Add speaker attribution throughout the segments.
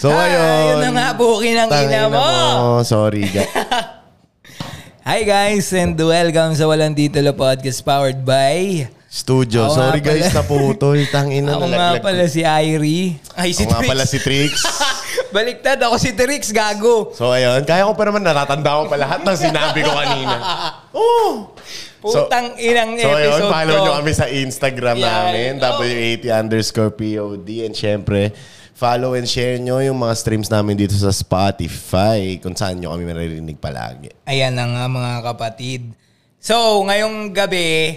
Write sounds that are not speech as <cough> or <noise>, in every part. Speaker 1: So,
Speaker 2: Ah,
Speaker 1: ayun.
Speaker 2: yun na nga, buki ng ina
Speaker 1: Tangina
Speaker 2: mo.
Speaker 1: mo. Sorry, guys.
Speaker 2: Hi guys and welcome sa Walang Titulo Podcast powered by...
Speaker 1: Studio.
Speaker 2: Ako nga
Speaker 1: Sorry,
Speaker 2: pala.
Speaker 1: guys. Naputol. Tangina.
Speaker 2: Ako nga
Speaker 1: nalaglag.
Speaker 2: pala si Irie. Ay, si
Speaker 1: Ako nga
Speaker 2: Trix.
Speaker 1: pala si <laughs> Trix.
Speaker 2: Baliktad, ako si Trix, gago.
Speaker 1: So, ayun. Kaya ko pa naman. Natatanda ko pa lahat ng sinabi ko
Speaker 2: <laughs>
Speaker 1: kanina. Oo. So-
Speaker 2: Putang inang
Speaker 1: So, ayun.
Speaker 2: episode
Speaker 1: Follow
Speaker 2: to.
Speaker 1: nyo kami sa Instagram
Speaker 2: Yan.
Speaker 1: namin.
Speaker 2: Oh.
Speaker 1: W80 underscore POD. And syempre, follow and share nyo yung mga streams namin dito sa Spotify kung saan nyo kami maririnig palagi.
Speaker 2: Ayan na nga mga kapatid. So, ngayong gabi,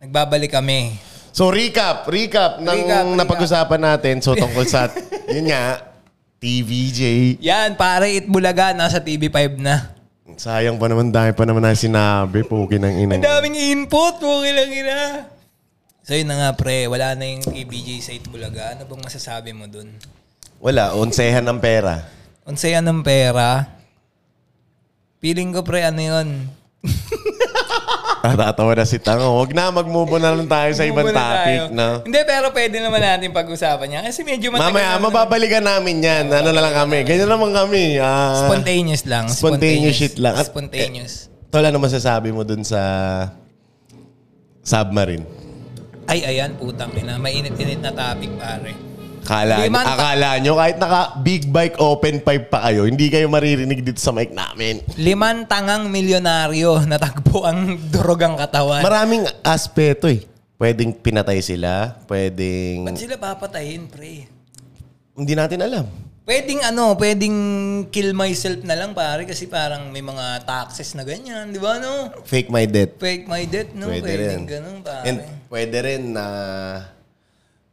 Speaker 2: nagbabalik kami.
Speaker 1: So, recap. Recap ng
Speaker 2: Recap, recap.
Speaker 1: napag-usapan natin. So, tungkol sa,
Speaker 2: <laughs>
Speaker 1: yun nga, TVJ.
Speaker 2: Yan, pare, Itbulaga, nasa TV5 na.
Speaker 1: Sayang pa naman, dami pa naman na sinabi, puki ng ina.
Speaker 2: Ang daming input, okay lang ina. So yun na nga pre, wala na yung KBJ sa Itbulaga. Ano bang masasabi mo dun?
Speaker 1: Wala, onsehan ng pera.
Speaker 2: Unsaya ng pera. Feeling ko pre, ano yun?
Speaker 1: Natatawa na si Tango. Huwag na, mag-move on na lang tayo sa ibang
Speaker 2: Ano Muna
Speaker 1: topic.
Speaker 2: tayo.
Speaker 1: Na.
Speaker 2: Hindi, pero pwede naman natin pag-usapan yan. Kasi medyo matagal
Speaker 1: Mamaya,
Speaker 2: naman.
Speaker 1: mababalikan namin yan. Ano na lang kami. Ganyan naman kami. Ah,
Speaker 2: Spontaneous lang.
Speaker 1: Spontaneous shit lang. At-
Speaker 2: Spontaneous.
Speaker 1: Tol, ano masasabi mo dun sa submarine?
Speaker 2: Ay, ayan, putang ina. Mainit-init na topic, pare.
Speaker 1: Akala,
Speaker 2: Hindi man-
Speaker 1: akala nyo, kahit naka big bike open pipe pa kayo, hindi kayo maririnig dito sa mic namin.
Speaker 2: Liman tangang milyonaryo <laughs> natagpo ang durogang katawan.
Speaker 1: Maraming aspeto eh. Pwedeng pinatay sila, pwedeng...
Speaker 2: Ba't sila papatayin, pre?
Speaker 1: Hindi natin alam.
Speaker 2: Pwedeng ano, pwedeng kill myself na lang pare kasi parang may mga taxes na ganyan, di ba no?
Speaker 1: Fake my death.
Speaker 2: Fake my death, no?
Speaker 1: Pwede rin.
Speaker 2: pwedeng ganun pare.
Speaker 1: And pwede rin na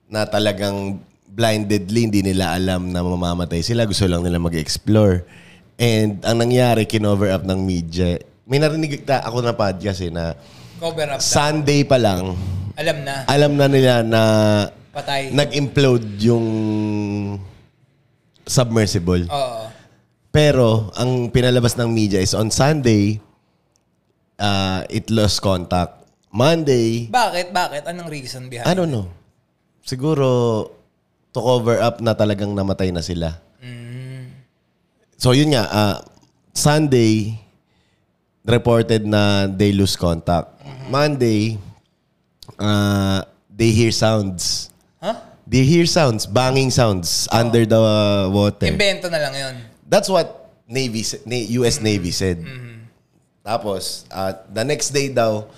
Speaker 1: na talagang blindedly hindi nila alam na mamamatay sila. Gusto lang nila mag-explore. And ang nangyari, kinover up ng media. May narinig ta- ako na podcast eh, na
Speaker 2: Cover up na.
Speaker 1: Sunday pa lang,
Speaker 2: Alam na,
Speaker 1: alam na nila na
Speaker 2: patay.
Speaker 1: nag-implode yung submersible.
Speaker 2: Oo.
Speaker 1: Pero ang pinalabas ng media is on Sunday, uh, it lost contact. Monday,
Speaker 2: Bakit? Bakit? Anong reason
Speaker 1: I
Speaker 2: behind?
Speaker 1: don't know. Siguro to cover up na talagang namatay na sila. So yun nga, ah, Sunday, reported na they lose contact. Monday, ah, they hear sounds.
Speaker 2: Ha?
Speaker 1: They hear sounds, banging sounds under the water.
Speaker 2: Invento na lang 'yon.
Speaker 1: That's what Navy sa- Na- US Navy said. Tapos uh, the next day daw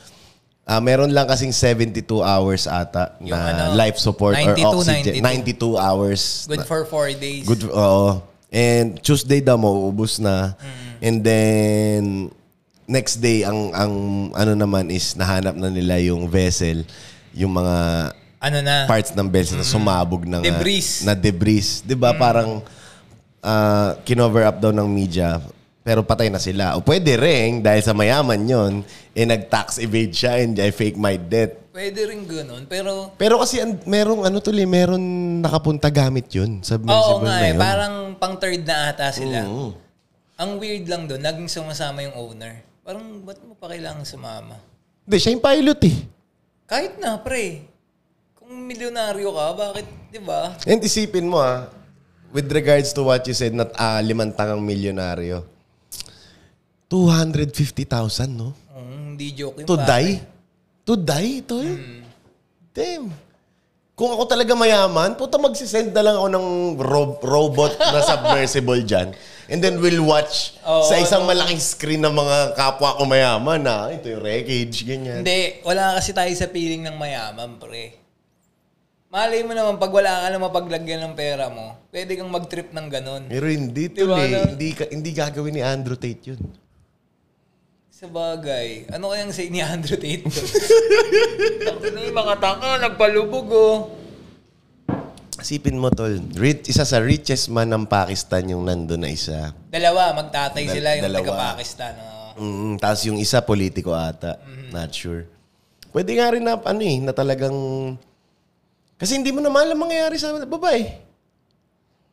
Speaker 1: uh, meron lang kasing 72 hours ata
Speaker 2: Yung
Speaker 1: na
Speaker 2: ano,
Speaker 1: life support
Speaker 2: 92,
Speaker 1: or oxygen. 92, hours.
Speaker 2: Good for four days.
Speaker 1: Good oo. And Tuesday daw mauubos na.
Speaker 2: Mm-hmm.
Speaker 1: And then next day ang ang ano naman is nahanap na nila yung vessel, yung mga
Speaker 2: Ano na?
Speaker 1: parts ng vessel na sumabog na nga-
Speaker 2: Debris. Mm.
Speaker 1: Na debris. 'Di ba? Parang ah, kinover up daw ng media pero patay na sila. O pwede rin dahil sa mayaman 'yon, eh nag-tax evade siya and I fake my death.
Speaker 2: Pwede rin ganun, pero
Speaker 1: Pero kasi an- merong ano tuloy, meron nakapunta gamit 'yun.
Speaker 2: Oo
Speaker 1: Submersible
Speaker 2: nga
Speaker 1: na
Speaker 2: eh,
Speaker 1: 'yun. Mm-hmm.
Speaker 2: parang pang third na ata sila.
Speaker 1: Oo.
Speaker 2: Ang weird lang doon, naging sumasama yung owner. Parang, ba't mo pa kailangan sumama?
Speaker 1: Hindi, siya yung pilot eh.
Speaker 2: Kahit na, pre. Kung milyonaryo ka, bakit, di ba?
Speaker 1: And isipin mo ah, with regards to what you said, na ah, limantangang milyonaryo. 250,000, no?
Speaker 2: Mm, hindi joke yun.
Speaker 1: To
Speaker 2: pa.
Speaker 1: die? To die, tol?
Speaker 2: Hmm.
Speaker 1: Damn. Kung ako talaga mayaman, puta magsisend na lang ako ng ro- robot
Speaker 2: <laughs>
Speaker 1: na submersible dyan. And then we'll watch
Speaker 2: Oo, ano?
Speaker 1: sa isang malaking screen ng mga kapwa ko mayaman na ito yung wreckage, ganyan.
Speaker 2: Hindi, wala kasi tayo sa piling ng mayaman, pre. Malay mo naman, pag wala ka na mapaglagyan ng pera mo, pwede kang mag-trip ng ganun.
Speaker 1: Pero hindi,
Speaker 2: Di
Speaker 1: tol
Speaker 2: ba,
Speaker 1: eh.
Speaker 2: ano?
Speaker 1: Hindi, ka- hindi gagawin ni Andrew Tate yun.
Speaker 2: Sa bagay, ano kayang say ni Andrew Tate? Tapos na yung mga tanga, nagpalubog oh.
Speaker 1: Isipin mo, tol. Rich, isa sa richest man ng Pakistan yung nandun na isa.
Speaker 2: Dalawa, magtatay
Speaker 1: Dal-
Speaker 2: sila yung
Speaker 1: dalawa.
Speaker 2: taga-Pakistan. oh.
Speaker 1: Mm, tapos yung isa, politiko ata.
Speaker 2: Mm-hmm.
Speaker 1: Not sure. Pwede nga rin na, ano eh, na talagang... Kasi hindi mo naman alam mangyayari sa babae.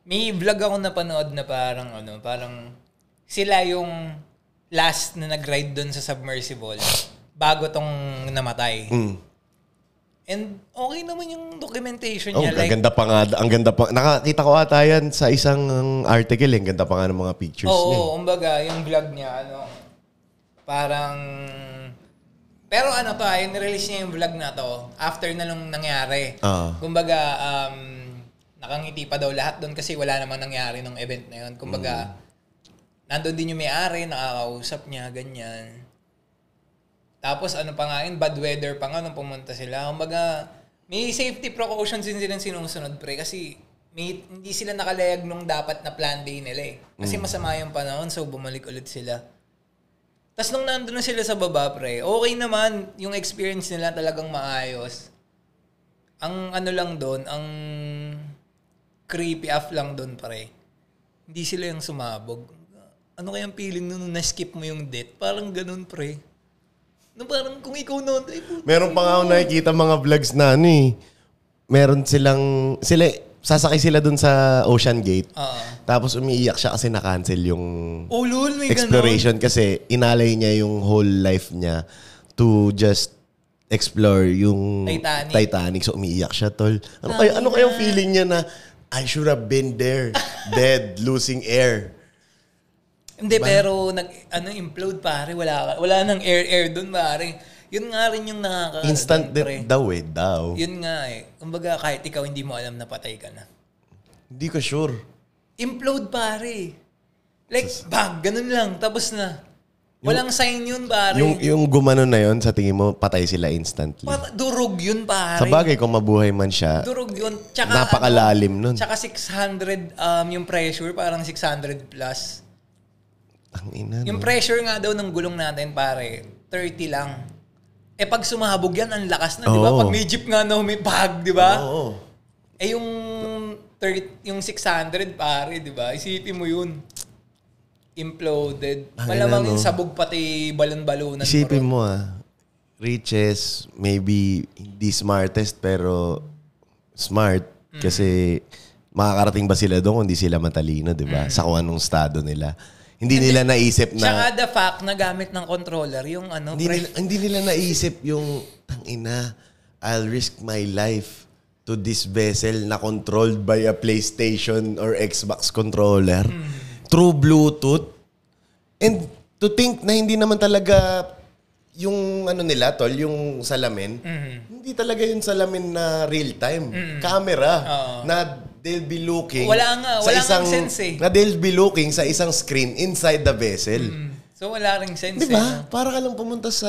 Speaker 2: May vlog ako napanood na parang ano, parang sila yung last
Speaker 1: Hmm.
Speaker 2: na nag-ride doon sa submersible bago tong namatay.
Speaker 1: Mm.
Speaker 2: And okay naman yung documentation
Speaker 1: Oh,
Speaker 2: niya.
Speaker 1: ang
Speaker 2: like,
Speaker 1: ganda pa nga. Ang ganda pa. Nakakita ko ata yan sa isang article. eh. Ang ganda pa nga ng mga pictures
Speaker 2: oo,
Speaker 1: niya. eh.
Speaker 2: umbaga, yung vlog niya, ano, parang... Pero ano to, ay nirelease niya yung vlog na to after na nung nangyari.
Speaker 1: Ah.
Speaker 2: Kumbaga, um, nakangiti pa daw lahat doon kasi wala namang nangyari nung event na yun. Kumbaga, nandun din yung may-ari, nakakausap niya, ganyan. Tapos ano pa nga yun, bad weather pa nga nung pumunta sila. Kumbaga, may safety precautions din silang sinusunod pre kasi may, hindi sila nakalayag nung dapat na plan B nila eh. Kasi masama yung panahon so bumalik ulit sila. Tapos nung nandun na sila sa baba pre, okay naman yung experience nila talagang maayos. Ang ano lang doon, ang creepy off lang doon pre. Hindi sila yung sumabog. Ano kayang feeling nun nung na-skip mo yung death? Parang ganun pre. No, parang kung ikaw noon, ay puto.
Speaker 1: Meron pa nga ako nakikita mga vlogs na ano eh. Meron silang... Sila, sasakay sila dun sa Ocean Gate.
Speaker 2: Oo.
Speaker 1: Tapos umiiyak siya kasi na-cancel yung
Speaker 2: Oh, lol, may ganon.
Speaker 1: exploration kasi inalay niya yung whole life niya to just explore yung
Speaker 2: Titanic.
Speaker 1: Titanic. So umiiyak siya, tol. Ano, kaya, ano kayang feeling niya na I should have been there, dead, losing air.
Speaker 2: Hindi, pero nag, ano, implode pare. Wala, ka- wala nang air-air dun pare. Yun nga rin yung nakaka...
Speaker 1: Instant
Speaker 2: dun, pre.
Speaker 1: death daw eh, daw.
Speaker 2: Ah, Yun nga eh. Kumbaga, kahit ikaw hindi mo alam na patay ka na.
Speaker 1: Hindi ko sure.
Speaker 2: Implode pare. Like, bang, ganun lang. Tapos na. Walang sign yun pare.
Speaker 1: Yung, yung gumano na yon sa tingin mo, patay sila instantly.
Speaker 2: Pat- durog yun pare.
Speaker 1: Sa bagay, kung mabuhay man siya,
Speaker 2: Durog yun. Tsaka, ano,
Speaker 1: napakalalim nun.
Speaker 2: Tsaka 600 um, yung pressure, parang 600 plus.
Speaker 1: Ang ina,
Speaker 2: Yung
Speaker 1: no?
Speaker 2: pressure nga daw ng gulong natin, pare, 30 lang. Eh pag sumahabog yan, ang lakas na, di ba?
Speaker 1: Oo.
Speaker 2: Pag may jeep nga na humipag, di ba?
Speaker 1: Oo.
Speaker 2: Eh yung, 30, yung 600, pare, di ba? Isipin mo yun. Imploded.
Speaker 1: Ang
Speaker 2: Malamang
Speaker 1: ina,
Speaker 2: yung
Speaker 1: no?
Speaker 2: sabog pati balon-balonan.
Speaker 1: Isipin
Speaker 2: bro.
Speaker 1: mo ah, riches, maybe hindi smartest pero smart kasi makakarating ba sila doon kung hindi sila matalino, 'di ba? Sa kung anong estado nila. Hindi nila naisip
Speaker 2: Tsaka
Speaker 1: na
Speaker 2: the fact na gamit ng controller, yung ano,
Speaker 1: hindi nila,
Speaker 2: pre-
Speaker 1: hindi nila naisip yung tangina, I'll risk my life to this vessel na controlled by a PlayStation or Xbox controller
Speaker 2: Mm.
Speaker 1: through Bluetooth. And to think na hindi naman talaga yung ano nila, tol, yung salamin,
Speaker 2: Mm-hmm.
Speaker 1: hindi talaga yung salamin na real time. Camera na they'll be looking
Speaker 2: Wala nga, wala nga sense eh. Mm.
Speaker 1: na they'll be looking sa isang screen inside the vessel.
Speaker 2: Hmm. So wala ring sense.
Speaker 1: Di
Speaker 2: eh,
Speaker 1: ba?
Speaker 2: no?
Speaker 1: Diba? Para ka lang pumunta sa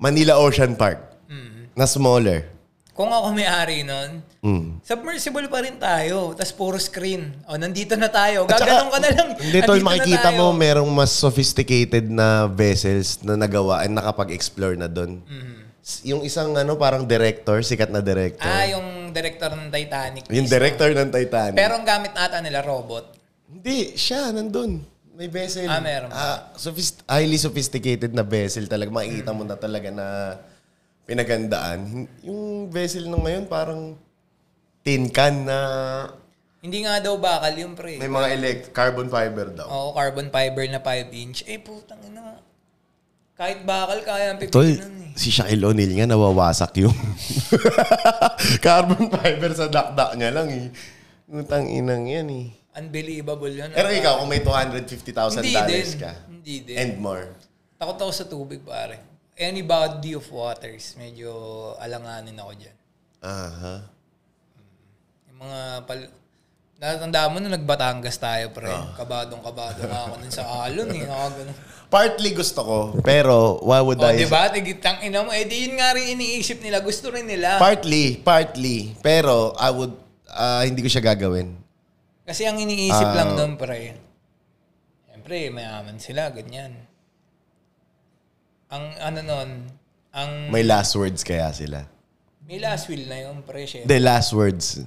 Speaker 1: Manila Ocean Park na smaller.
Speaker 2: Kung ako may-ari nun,
Speaker 1: Mm.
Speaker 2: submersible pa rin tayo. Tapos puro screen. O, nandito na tayo.
Speaker 1: At saka,
Speaker 2: Gaganong ka na
Speaker 1: <laughs>
Speaker 2: lang.
Speaker 1: Hindi, tol,
Speaker 2: Andito na
Speaker 1: makikita
Speaker 2: tayo.
Speaker 1: mo merong mas sophisticated na vessels na nagawa at nakapag-explore na doon. S- Yung isang ano parang director, sikat na director.
Speaker 2: Mm-hmm. Ah, yung director ng Titanic.
Speaker 1: yung
Speaker 2: mismo.
Speaker 1: director ng Titanic.
Speaker 2: Pero ang gamit ata nila, robot.
Speaker 1: Hindi, siya, nandun. May vessel.
Speaker 2: Ah, meron.
Speaker 1: Ah, sophist- highly sophisticated na vessel talaga. Makikita mo na talaga na pinagandaan. Hin- Yung vessel ng ngayon, parang tin can na
Speaker 2: Hindi nga daw bakal yung pre.
Speaker 1: may mga elect- carbon fiber daw.
Speaker 2: Oo, carbon fiber na 5 inch. Eh, putang ina. Kahit bakal, kaya ang
Speaker 1: Tol,
Speaker 2: pipitin nun eh.
Speaker 1: si Shaquille O'Neal nga nawawasak yung <laughs> carbon fiber sa dakdak niya lang eh. Utang inang yan eh.
Speaker 2: Unbelievable yun.
Speaker 1: Pero ikaw, kung may $250,000
Speaker 2: Hindi din.
Speaker 1: ka
Speaker 2: Hindi din.
Speaker 1: and more,
Speaker 2: Takot ako sa tubig, pare. Any body of waters, medyo alanganin ako dyan.
Speaker 1: aha.
Speaker 2: Yung mga pal... Natatandaan mo nung nagbatangas tayo, pre.
Speaker 1: Ah.
Speaker 2: Kabadong-kabado nga ako nun sa alon
Speaker 1: <laughs>
Speaker 2: eh. Ako ganun.
Speaker 1: Partly gusto ko, pero why would
Speaker 2: O,
Speaker 1: I...
Speaker 2: Oh, di ba? Tigitang ina mo. Eh, di yun nga rin iniisip nila. Gusto rin nila.
Speaker 1: Partly, partly. Pero I would, ah, hindi ko siya gagawin.
Speaker 2: Kasi ang iniisip
Speaker 1: Ah.
Speaker 2: lang nun, pre. Siyempre, mayaman sila, ganyan. Ang ano nun, ang...
Speaker 1: May last words kaya sila.
Speaker 2: May last will na yun, pre. syempre.
Speaker 1: The last words.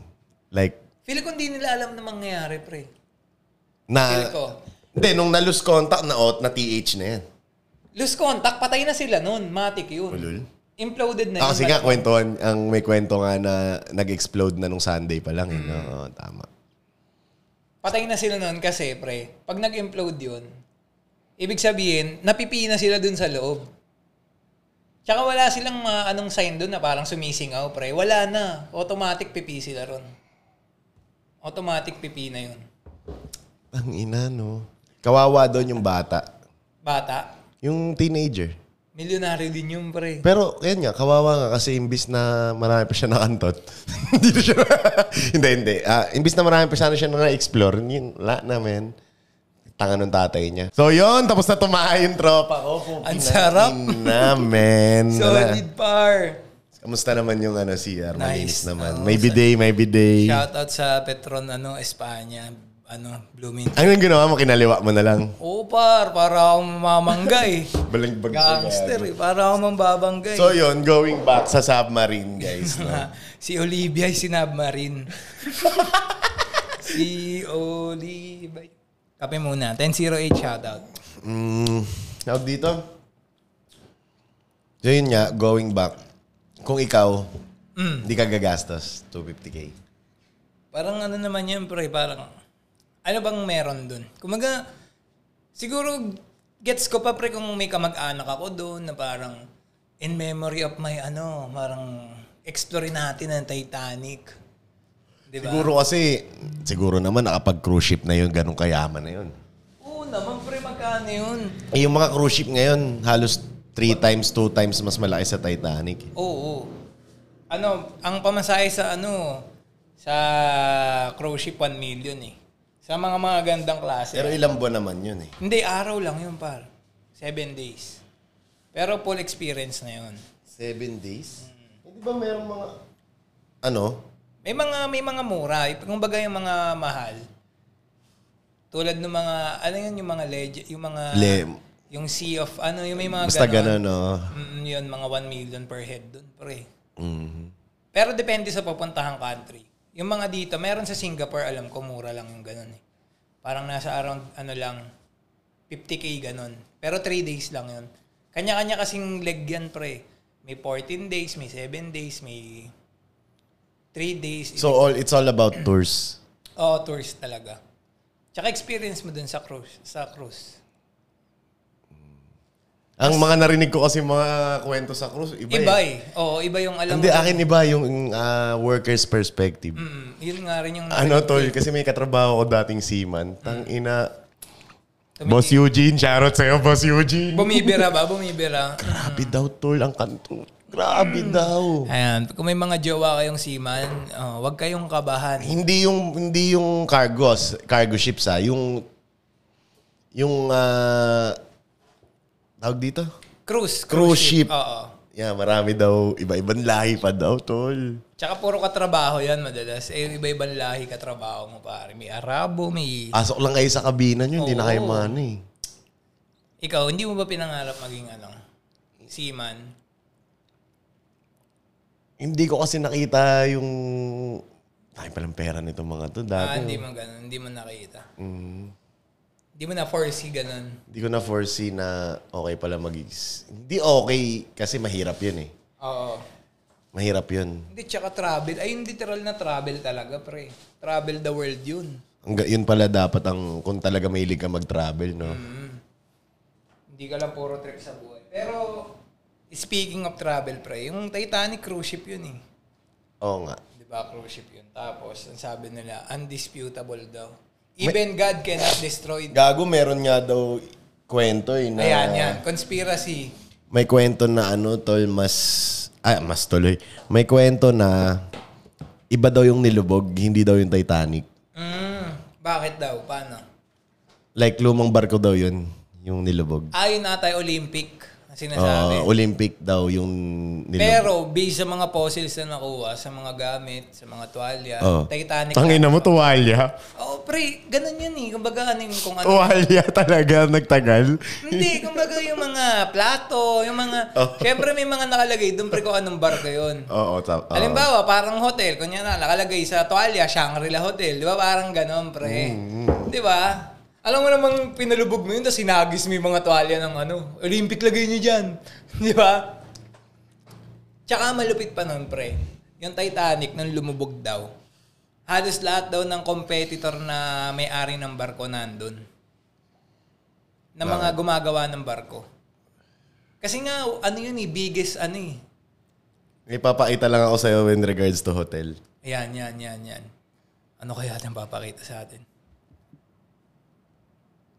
Speaker 1: Like,
Speaker 2: Feel ko hindi nila alam na mangyayari, pre. Feel
Speaker 1: na...
Speaker 2: ko.
Speaker 1: Hindi, nung na-lose contact, na out na TH na yan.
Speaker 2: Lose contact, patay na sila nun. Matik yun.
Speaker 1: Ulul.
Speaker 2: Imploded na
Speaker 1: Oh, Ah,
Speaker 2: yun.
Speaker 1: kasi nga, kwentuhan, ang may kwento nga na nag-explode na nung Sunday pa lang. Eh, no?
Speaker 2: Mm.
Speaker 1: Oo, tama.
Speaker 2: patay na sila nun kasi, pre, pag nag-implode yun, ibig sabihin, napipina sila dun sa loob. Tsaka wala silang mga anong sign doon na parang sumisingaw, pre. Wala na. Automatic pipi sila ron. Automatic pipi na yun.
Speaker 1: Ang ina, no? Kawawa doon yung bata.
Speaker 2: Bata,
Speaker 1: Yung teenager.
Speaker 2: milyonaryo din yun, pre.
Speaker 1: Pero, yan nga, kawawa nga kasi imbis na marami pa siya nakantot. <laughs> hindi na siya. hindi, hindi. Ah, imbis na marami pa sana siya na-explore, yun, wala na, men. Tanga nung tatay niya. So, yun. Tapos na tumaha yung tropa ko.
Speaker 2: Ang sarap.
Speaker 1: Ina,
Speaker 2: <laughs>
Speaker 1: men. Wala.
Speaker 2: Solid par.
Speaker 1: Kamusta naman yung ano, CR? Malinis
Speaker 2: Nice. Oh,
Speaker 1: naman.
Speaker 2: Oo,
Speaker 1: may bidet, may bidet.
Speaker 2: Shoutout sa Petron, ano, Espanya. Ano, Blooming.
Speaker 1: Ano yung ginawa mo? Kinaliwa mo na lang.
Speaker 2: Oo, par. Para akong mamamangga eh.
Speaker 1: Baligbag ko
Speaker 2: Gangster eh. Para akong mambabangga eh.
Speaker 1: So yun, going back sa submarine guys. No?
Speaker 2: Ah, si Olivia ay <laughs> sinabmarin. si Olivia. Kape muna. 1008 shoutout.
Speaker 1: mm, tawag dito? So yun nga, going back. Kung ikaw, hindi ka gagastos, 250k.
Speaker 2: Parang ano naman yan, pre. Parang, ano bang meron dun? Kumaga, siguro, gets ko pa, pre, kung may kamag-anak ako dun na parang, in memory of my, ano, parang, explore natin ang Titanic. Di ba?
Speaker 1: Siguro kasi, siguro naman nakapag-cruise ship na yun, ganun kayaman na yun.
Speaker 2: Oo naman, pre, magkano yun?
Speaker 1: Eh, yung mga cruise ship ngayon, halos 3 times, 2 times mas malaki sa Titanic.
Speaker 2: Oo. Ano, ang pamasahe sa ano, sa cruise ship 1 million eh. Sa mga mga gandang klase.
Speaker 1: Pero ilang buwan naman yun eh.
Speaker 2: Hindi, araw lang yun par. Seven days. Pero full experience na yun.
Speaker 1: Seven days? Hindi ba merong mga... Ano?
Speaker 2: May mga may mga mura, kung baga yung mga mahal. Tulad ng mga ano yun yung mga legend, yung mga
Speaker 1: Le-
Speaker 2: yung sea of ano yung may mga
Speaker 1: Basta
Speaker 2: ganon.
Speaker 1: ganun, no?
Speaker 2: Mm, yun mga 1 million per head doon, pre.
Speaker 1: Mhm.
Speaker 2: Pero depende sa papuntahang country. Yung mga dito, meron sa Singapore, alam ko, mura lang yung ganun eh. Parang nasa around, ano lang, 50k ganun. Pero 3 days lang yun. Kanya-kanya kasing leg yan, pre. May 14 days, may 7 days, may 3 days.
Speaker 1: So all it's all about tours.
Speaker 2: Oo, tours talaga. Tsaka experience mo dun sa cruise. Sa cruise.
Speaker 1: Ang mga narinig ko kasi mga kwento sa cruise, iba,
Speaker 2: Iba
Speaker 1: eh.
Speaker 2: eh. Oo, iba yung alam
Speaker 1: Hindi,
Speaker 2: mo.
Speaker 1: akin iba yung ah, worker's perspective.
Speaker 2: Mm, yun nga rin yung
Speaker 1: Ano tol, kasi may katrabaho ko dating seaman. Tang ina.
Speaker 2: Tumiti-
Speaker 1: Boss Eugene, shoutout sa'yo, Boss Eugene.
Speaker 2: Bumibira ba? Bumibira.
Speaker 1: <laughs> Grabe daw tol, ang kanto. Grabe daw.
Speaker 2: Ayan, kung may mga jowa kayong seaman, oh, wag kayong kabahan.
Speaker 1: Hindi yung hindi yung cargos, cargo ships ah, yung yung ah, tawag dito?
Speaker 2: Cruise.
Speaker 1: Cruise ship.
Speaker 2: Oo.
Speaker 1: Yeah, marami daw iba-ibang lahi pa daw tol.
Speaker 2: Tsaka puro katrabaho yan madalas. Eh, yung iba-ibang lahi katrabaho mo, pare. May Arabo, may...
Speaker 1: Asok lang kayo sa kabina nyo, hindi na kayo
Speaker 2: Oo.
Speaker 1: maano eh.
Speaker 2: Ikaw, hindi mo ba pinangarap maging ano? Seaman?
Speaker 1: Hindi ko kasi nakita yung... Ay, palang pera nito mga to
Speaker 2: Ah,
Speaker 1: dati.
Speaker 2: hindi mo ganun. Hindi mo nakita. Hindi mo na-foresee ganun.
Speaker 1: Hindi ko na foresee na okay pala mag Hindi okay kasi mahirap yun eh.
Speaker 2: Oo.
Speaker 1: Mahirap yun.
Speaker 2: Hindi, tsaka travel. Ay, yung literal na travel talaga, pre. Travel the world yun.
Speaker 1: Ang, ga- yun pala dapat ang kung talaga mahilig ka mag-travel, no?
Speaker 2: Mm. Hindi ka lang puro trip sa buhay. Pero, speaking of travel, pre, yung Titanic cruise ship yun eh.
Speaker 1: Oo nga.
Speaker 2: Di ba, cruise ship yun. Tapos, ang sabi nila, undisputable daw. Even God cannot destroy. it.
Speaker 1: Gago, meron nga daw kwento eh na...
Speaker 2: Ayan, yan. Conspiracy.
Speaker 1: May kwento na ano, tol, mas... Ah, mas tuloy. May kwento na iba daw yung nilubog, hindi daw yung Titanic.
Speaker 2: Mm, bakit daw? Paano?
Speaker 1: Like, lumang barko daw yun, yung nilubog.
Speaker 2: Ayon natay Olympic,
Speaker 1: Ah,
Speaker 2: ang sinasabi.
Speaker 1: Olympic daw yung nilubog.
Speaker 2: Pero, based sa mga fossils na nakuha, sa mga gamit, sa mga tuwalya,
Speaker 1: Oh.
Speaker 2: Titanic.
Speaker 1: Tangina mo, tuwalya.
Speaker 2: Oh, pre, ganun yun eh. Kumbaga, ano yung kung ano.
Speaker 1: Tuwalya talaga, nagtagal.
Speaker 2: Hindi, kumbaga yung mga plato, yung mga...
Speaker 1: <laughs> Oh.
Speaker 2: Siyempre may mga nakalagay doon, pre, kung anong barko yun.
Speaker 1: Oo, tap. oo.
Speaker 2: Halimbawa, parang hotel, kunya na, nakalagay sa tuwalya, Shangri-La Hotel. Di ba? Parang ganon, pre. Di ba? Alam mo namang pinalubog mo yun, tapos sinagis mo yung mga tuwalya ng ano, Olympic lagay nyo dyan. <laughs> Di ba? Tsaka malupit pa nun, pre. Yung Titanic, nung lumubog daw, halos lahat daw ng competitor na may-ari ng barko nandun. Na mga gumagawa ng barko. Kasi nga, ano yun eh, biggest ano eh.
Speaker 1: Ipapakita lang ako sa'yo in regards to hotel.
Speaker 2: Ayan, yan, yan, yan. Ano kaya natin papakita sa atin?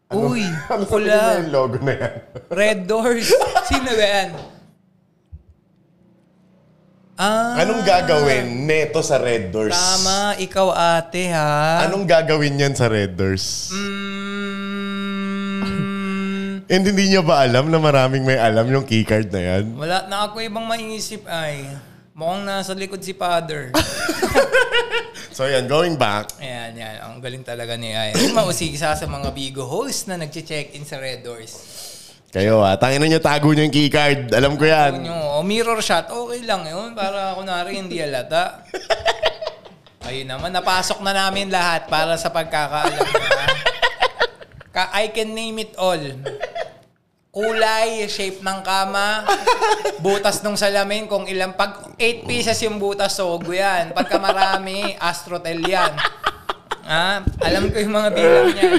Speaker 2: Uy,
Speaker 1: Ano na
Speaker 2: pula.
Speaker 1: yung logo na yan?
Speaker 2: Red doors. Sino ba yan? Ah,
Speaker 1: Anong gagawin neto sa Red Doors?
Speaker 2: tama. Ikaw ate ha.
Speaker 1: Anong gagawin yan sa Red Doors?
Speaker 2: Mm,
Speaker 1: And hindi niya ba alam na maraming may alam yung keycard na yan?
Speaker 2: wala na ako ibang maiisip ay. Mukhang nasa likod si father.
Speaker 1: So yan, going back.
Speaker 2: Ayan, yan. Ang galing talaga ni Ay. Mausig isa sa mga Bigo hosts na nagche-check-in sa Red Doors.
Speaker 1: Kayo ah, tangin na niyo, tago niyo yung keycard. Alam ko
Speaker 2: Yun
Speaker 1: yan.
Speaker 2: yung oh, mirror shot, okay lang yun. Para kunwari hindi halata. Ayun naman, napasok na namin lahat para sa pagkakaalam na. Ka I can name it all. Kulay, shape ng kama, butas ng salamin, kung ilang, pag 8 pieces yung butas, sogo yan. Pagka marami, astrotel yan. Ha? Alam ko yung mga bilang niyan.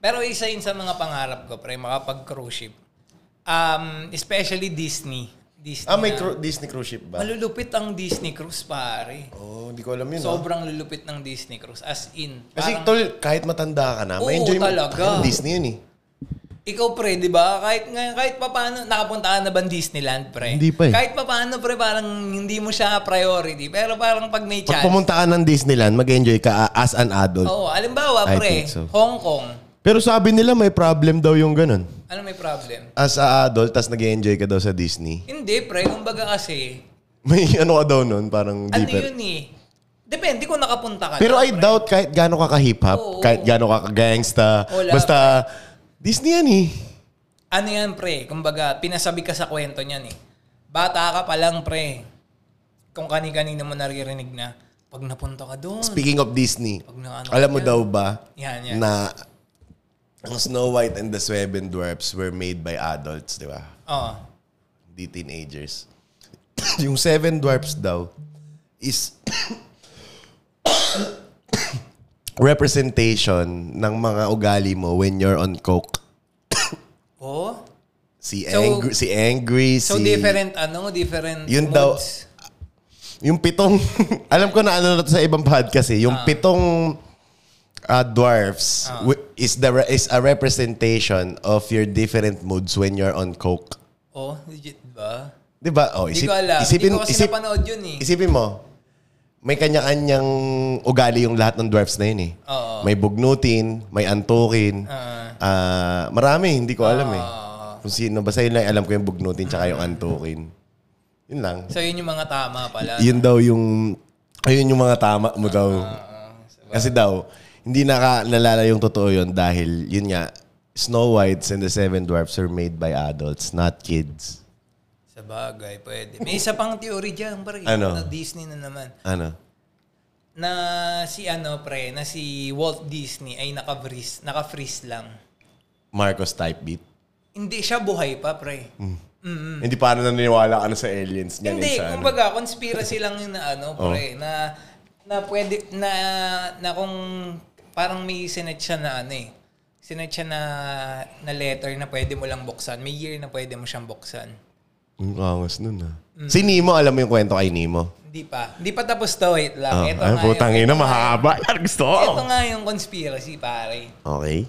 Speaker 2: Pero isa yun sa mga pangarap ko, pre, makapag-cruise ship. Um, especially Disney. Disney
Speaker 1: Ah, may
Speaker 2: na.
Speaker 1: cru- Disney cruise ship ba?
Speaker 2: Malulupit ang Disney cruise, pare.
Speaker 1: Oh, hindi ko alam yun. ah.
Speaker 2: Sobrang lulupit ng Disney cruise. As in,
Speaker 1: Kasi
Speaker 2: parang,
Speaker 1: tol, kahit matanda ka na, may
Speaker 2: Oo,
Speaker 1: enjoy mo. Tangin,
Speaker 2: talaga.
Speaker 1: Disney yun eh.
Speaker 2: ikaw pre, di ba? Kahit ngayon, kahit pa paano, nakapunta ka na ba ng Disneyland, pre?
Speaker 1: Hindi pa eh.
Speaker 2: Kahit pa paano, pre, parang hindi mo siya priority. Pero parang pag may
Speaker 1: Pag
Speaker 2: chance.
Speaker 1: pumunta ka ng Disneyland, mag-enjoy ka ah, as an adult.
Speaker 2: Oo, alimbawa,
Speaker 1: I
Speaker 2: pre,
Speaker 1: think so.
Speaker 2: Hong Kong.
Speaker 1: Pero sabi nila may problem daw yung ganun.
Speaker 2: Ano may problem?
Speaker 1: As a adult, tas nag-enjoy ka daw sa Disney. <laughs>
Speaker 2: Hindi, pre. Kumbaga kasi,
Speaker 1: May ano ka daw nun, parang
Speaker 2: ano
Speaker 1: deeper.
Speaker 2: yun eh. Depende kung nakapunta ka.
Speaker 1: Pero
Speaker 2: na,
Speaker 1: I
Speaker 2: pre.
Speaker 1: doubt kahit gaano ka ka-hip-hop,
Speaker 2: Oo.
Speaker 1: kahit gaano ka ka-gangsta,
Speaker 2: Wala,
Speaker 1: basta Disney yan eh.
Speaker 2: ano yan, pre? Kumbaga, pinasabi ka sa kwento niyan eh. Bata ka pa lang, pre. Kung kani-kanina mo naririnig na, pag napunta ka doon.
Speaker 1: Speaking of Disney,
Speaker 2: Pag naano ka
Speaker 1: alam mo
Speaker 2: yan.
Speaker 1: daw ba
Speaker 2: Yan, yan.
Speaker 1: na ang Snow White and the Seven Dwarfs were made by adults, di ba?
Speaker 2: Oo.
Speaker 1: Di teenagers. <coughs> yung Seven Dwarfs daw is <coughs> representation ng mga ugali mo when you're on coke.
Speaker 2: Oh.
Speaker 1: Si
Speaker 2: So-
Speaker 1: angry, si angry,
Speaker 2: So,
Speaker 1: si
Speaker 2: different, ano, different
Speaker 1: Yun daw-
Speaker 2: moods.
Speaker 1: Yung pitong, <laughs> alam ko na ano na to sa ibang podcast eh,
Speaker 2: Ah.
Speaker 1: yung pitong uh, dwarfs wi- is the re- is a representation of your different moods when you're on coke.
Speaker 2: Oh, legit ba?
Speaker 1: 'Di ba? Oh,
Speaker 2: Hindi
Speaker 1: isip-
Speaker 2: ko alam.
Speaker 1: isipin
Speaker 2: Hindi ko kasi
Speaker 1: isip-
Speaker 2: napanood yun eh.
Speaker 1: isipin mo. May kanya-kanyang ugali yung lahat ng dwarfs na yun eh.
Speaker 2: Oo.
Speaker 1: May bugnutin, may antukin.
Speaker 2: Ah.
Speaker 1: ah, marami, hindi ko alam eh.
Speaker 2: Oo.
Speaker 1: Kung sino, basta yun lang alam ko yung bugnutin tsaka yung antukin. Yun lang.
Speaker 2: So, yun yung mga tama pala.
Speaker 1: Yun daw yung, ayun yung mga tama mo daw.
Speaker 2: Ah,
Speaker 1: Kasi daw, hindi nakalala yung totoo yun dahil, yun nga, Snow White's and the Seven Dwarfs are made by adults, not kids.
Speaker 2: Sa bagay, pwede. May isa pang theory dyan, pre.
Speaker 1: Ano?
Speaker 2: Disney na naman.
Speaker 1: Ano?
Speaker 2: Na si ano, pre, na si Walt Disney ay naka-freeze, naka-freeze lang.
Speaker 1: Marcos type beat.
Speaker 2: Hindi siya buhay pa, pre.
Speaker 1: Hmm. Mm. Hindi paano naniniwala ka na sa aliens niya.
Speaker 2: Hindi,
Speaker 1: eh, sa ano. Oh.
Speaker 2: kumbaga, conspiracy lang yun na
Speaker 1: <laughs>
Speaker 2: ano, pre, na, na pwede, na, na kung parang may sinet siya na ano eh, sinet siya na, na letter na pwede mo lang buksan. May year na pwede mo siyang buksan.
Speaker 1: Ang angas nun ah. Si Nemo, alam mo yung kwento kay Nemo?
Speaker 2: Hindi pa. Hindi pa tapos to, wait lang.
Speaker 1: Oh,
Speaker 2: ito,
Speaker 1: ay,
Speaker 2: nga
Speaker 1: putang
Speaker 2: yung,
Speaker 1: ina, Oh! mahaba. <laughs> Yan, gusto ko.
Speaker 2: ito nga yung conspiracy, pare.
Speaker 1: Okay.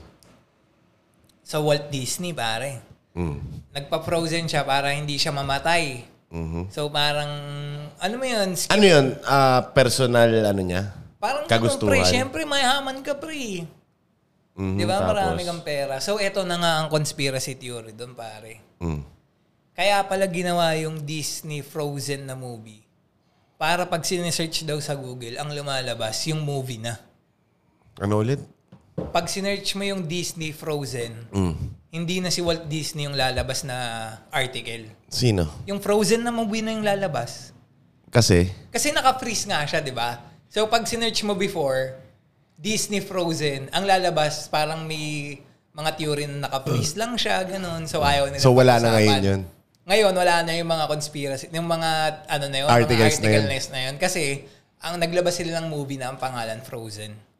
Speaker 2: Sa Walt Disney, pare.
Speaker 1: Mm.
Speaker 2: Nagpa-frozen siya para hindi siya mamatay.
Speaker 1: Mhm.
Speaker 2: So parang, ano mo yun,
Speaker 1: Ano yun? Ah, personal, ano niya?
Speaker 2: Parang
Speaker 1: Kagustuhan.
Speaker 2: Ano, pre, syempre, mayaman ka, pre.
Speaker 1: Mhm,
Speaker 2: Di ba?
Speaker 1: tapos-
Speaker 2: Marami kang pera. So, eto na nga ang conspiracy theory doon, pare.
Speaker 1: Mm.
Speaker 2: Kaya pala ginawa yung Disney Frozen na movie. Para pag sinesearch daw sa Google, ang lumalabas, yung movie na.
Speaker 1: Ano ulit?
Speaker 2: Pag sinearch mo yung Disney Frozen,
Speaker 1: Mm.
Speaker 2: hindi na si Walt Disney yung lalabas na article.
Speaker 1: Sino?
Speaker 2: Yung Frozen na movie na yung lalabas.
Speaker 1: Kasi?
Speaker 2: Kasi naka-freeze nga siya, di ba? So, pag sinearch mo before, Disney Frozen, ang lalabas, parang may mga theory na naka-freeze lang siya, ganun. So, ayaw nila.
Speaker 1: Hmm. So, wala na
Speaker 2: pag-usapan.
Speaker 1: ngayon yun?
Speaker 2: Ngayon, wala na yung mga conspiracy, yung mga, ano na yun,
Speaker 1: Articles na
Speaker 2: mga articles na yun. Kasi, ang naglabas sila ng movie na ang pangalan Frozen.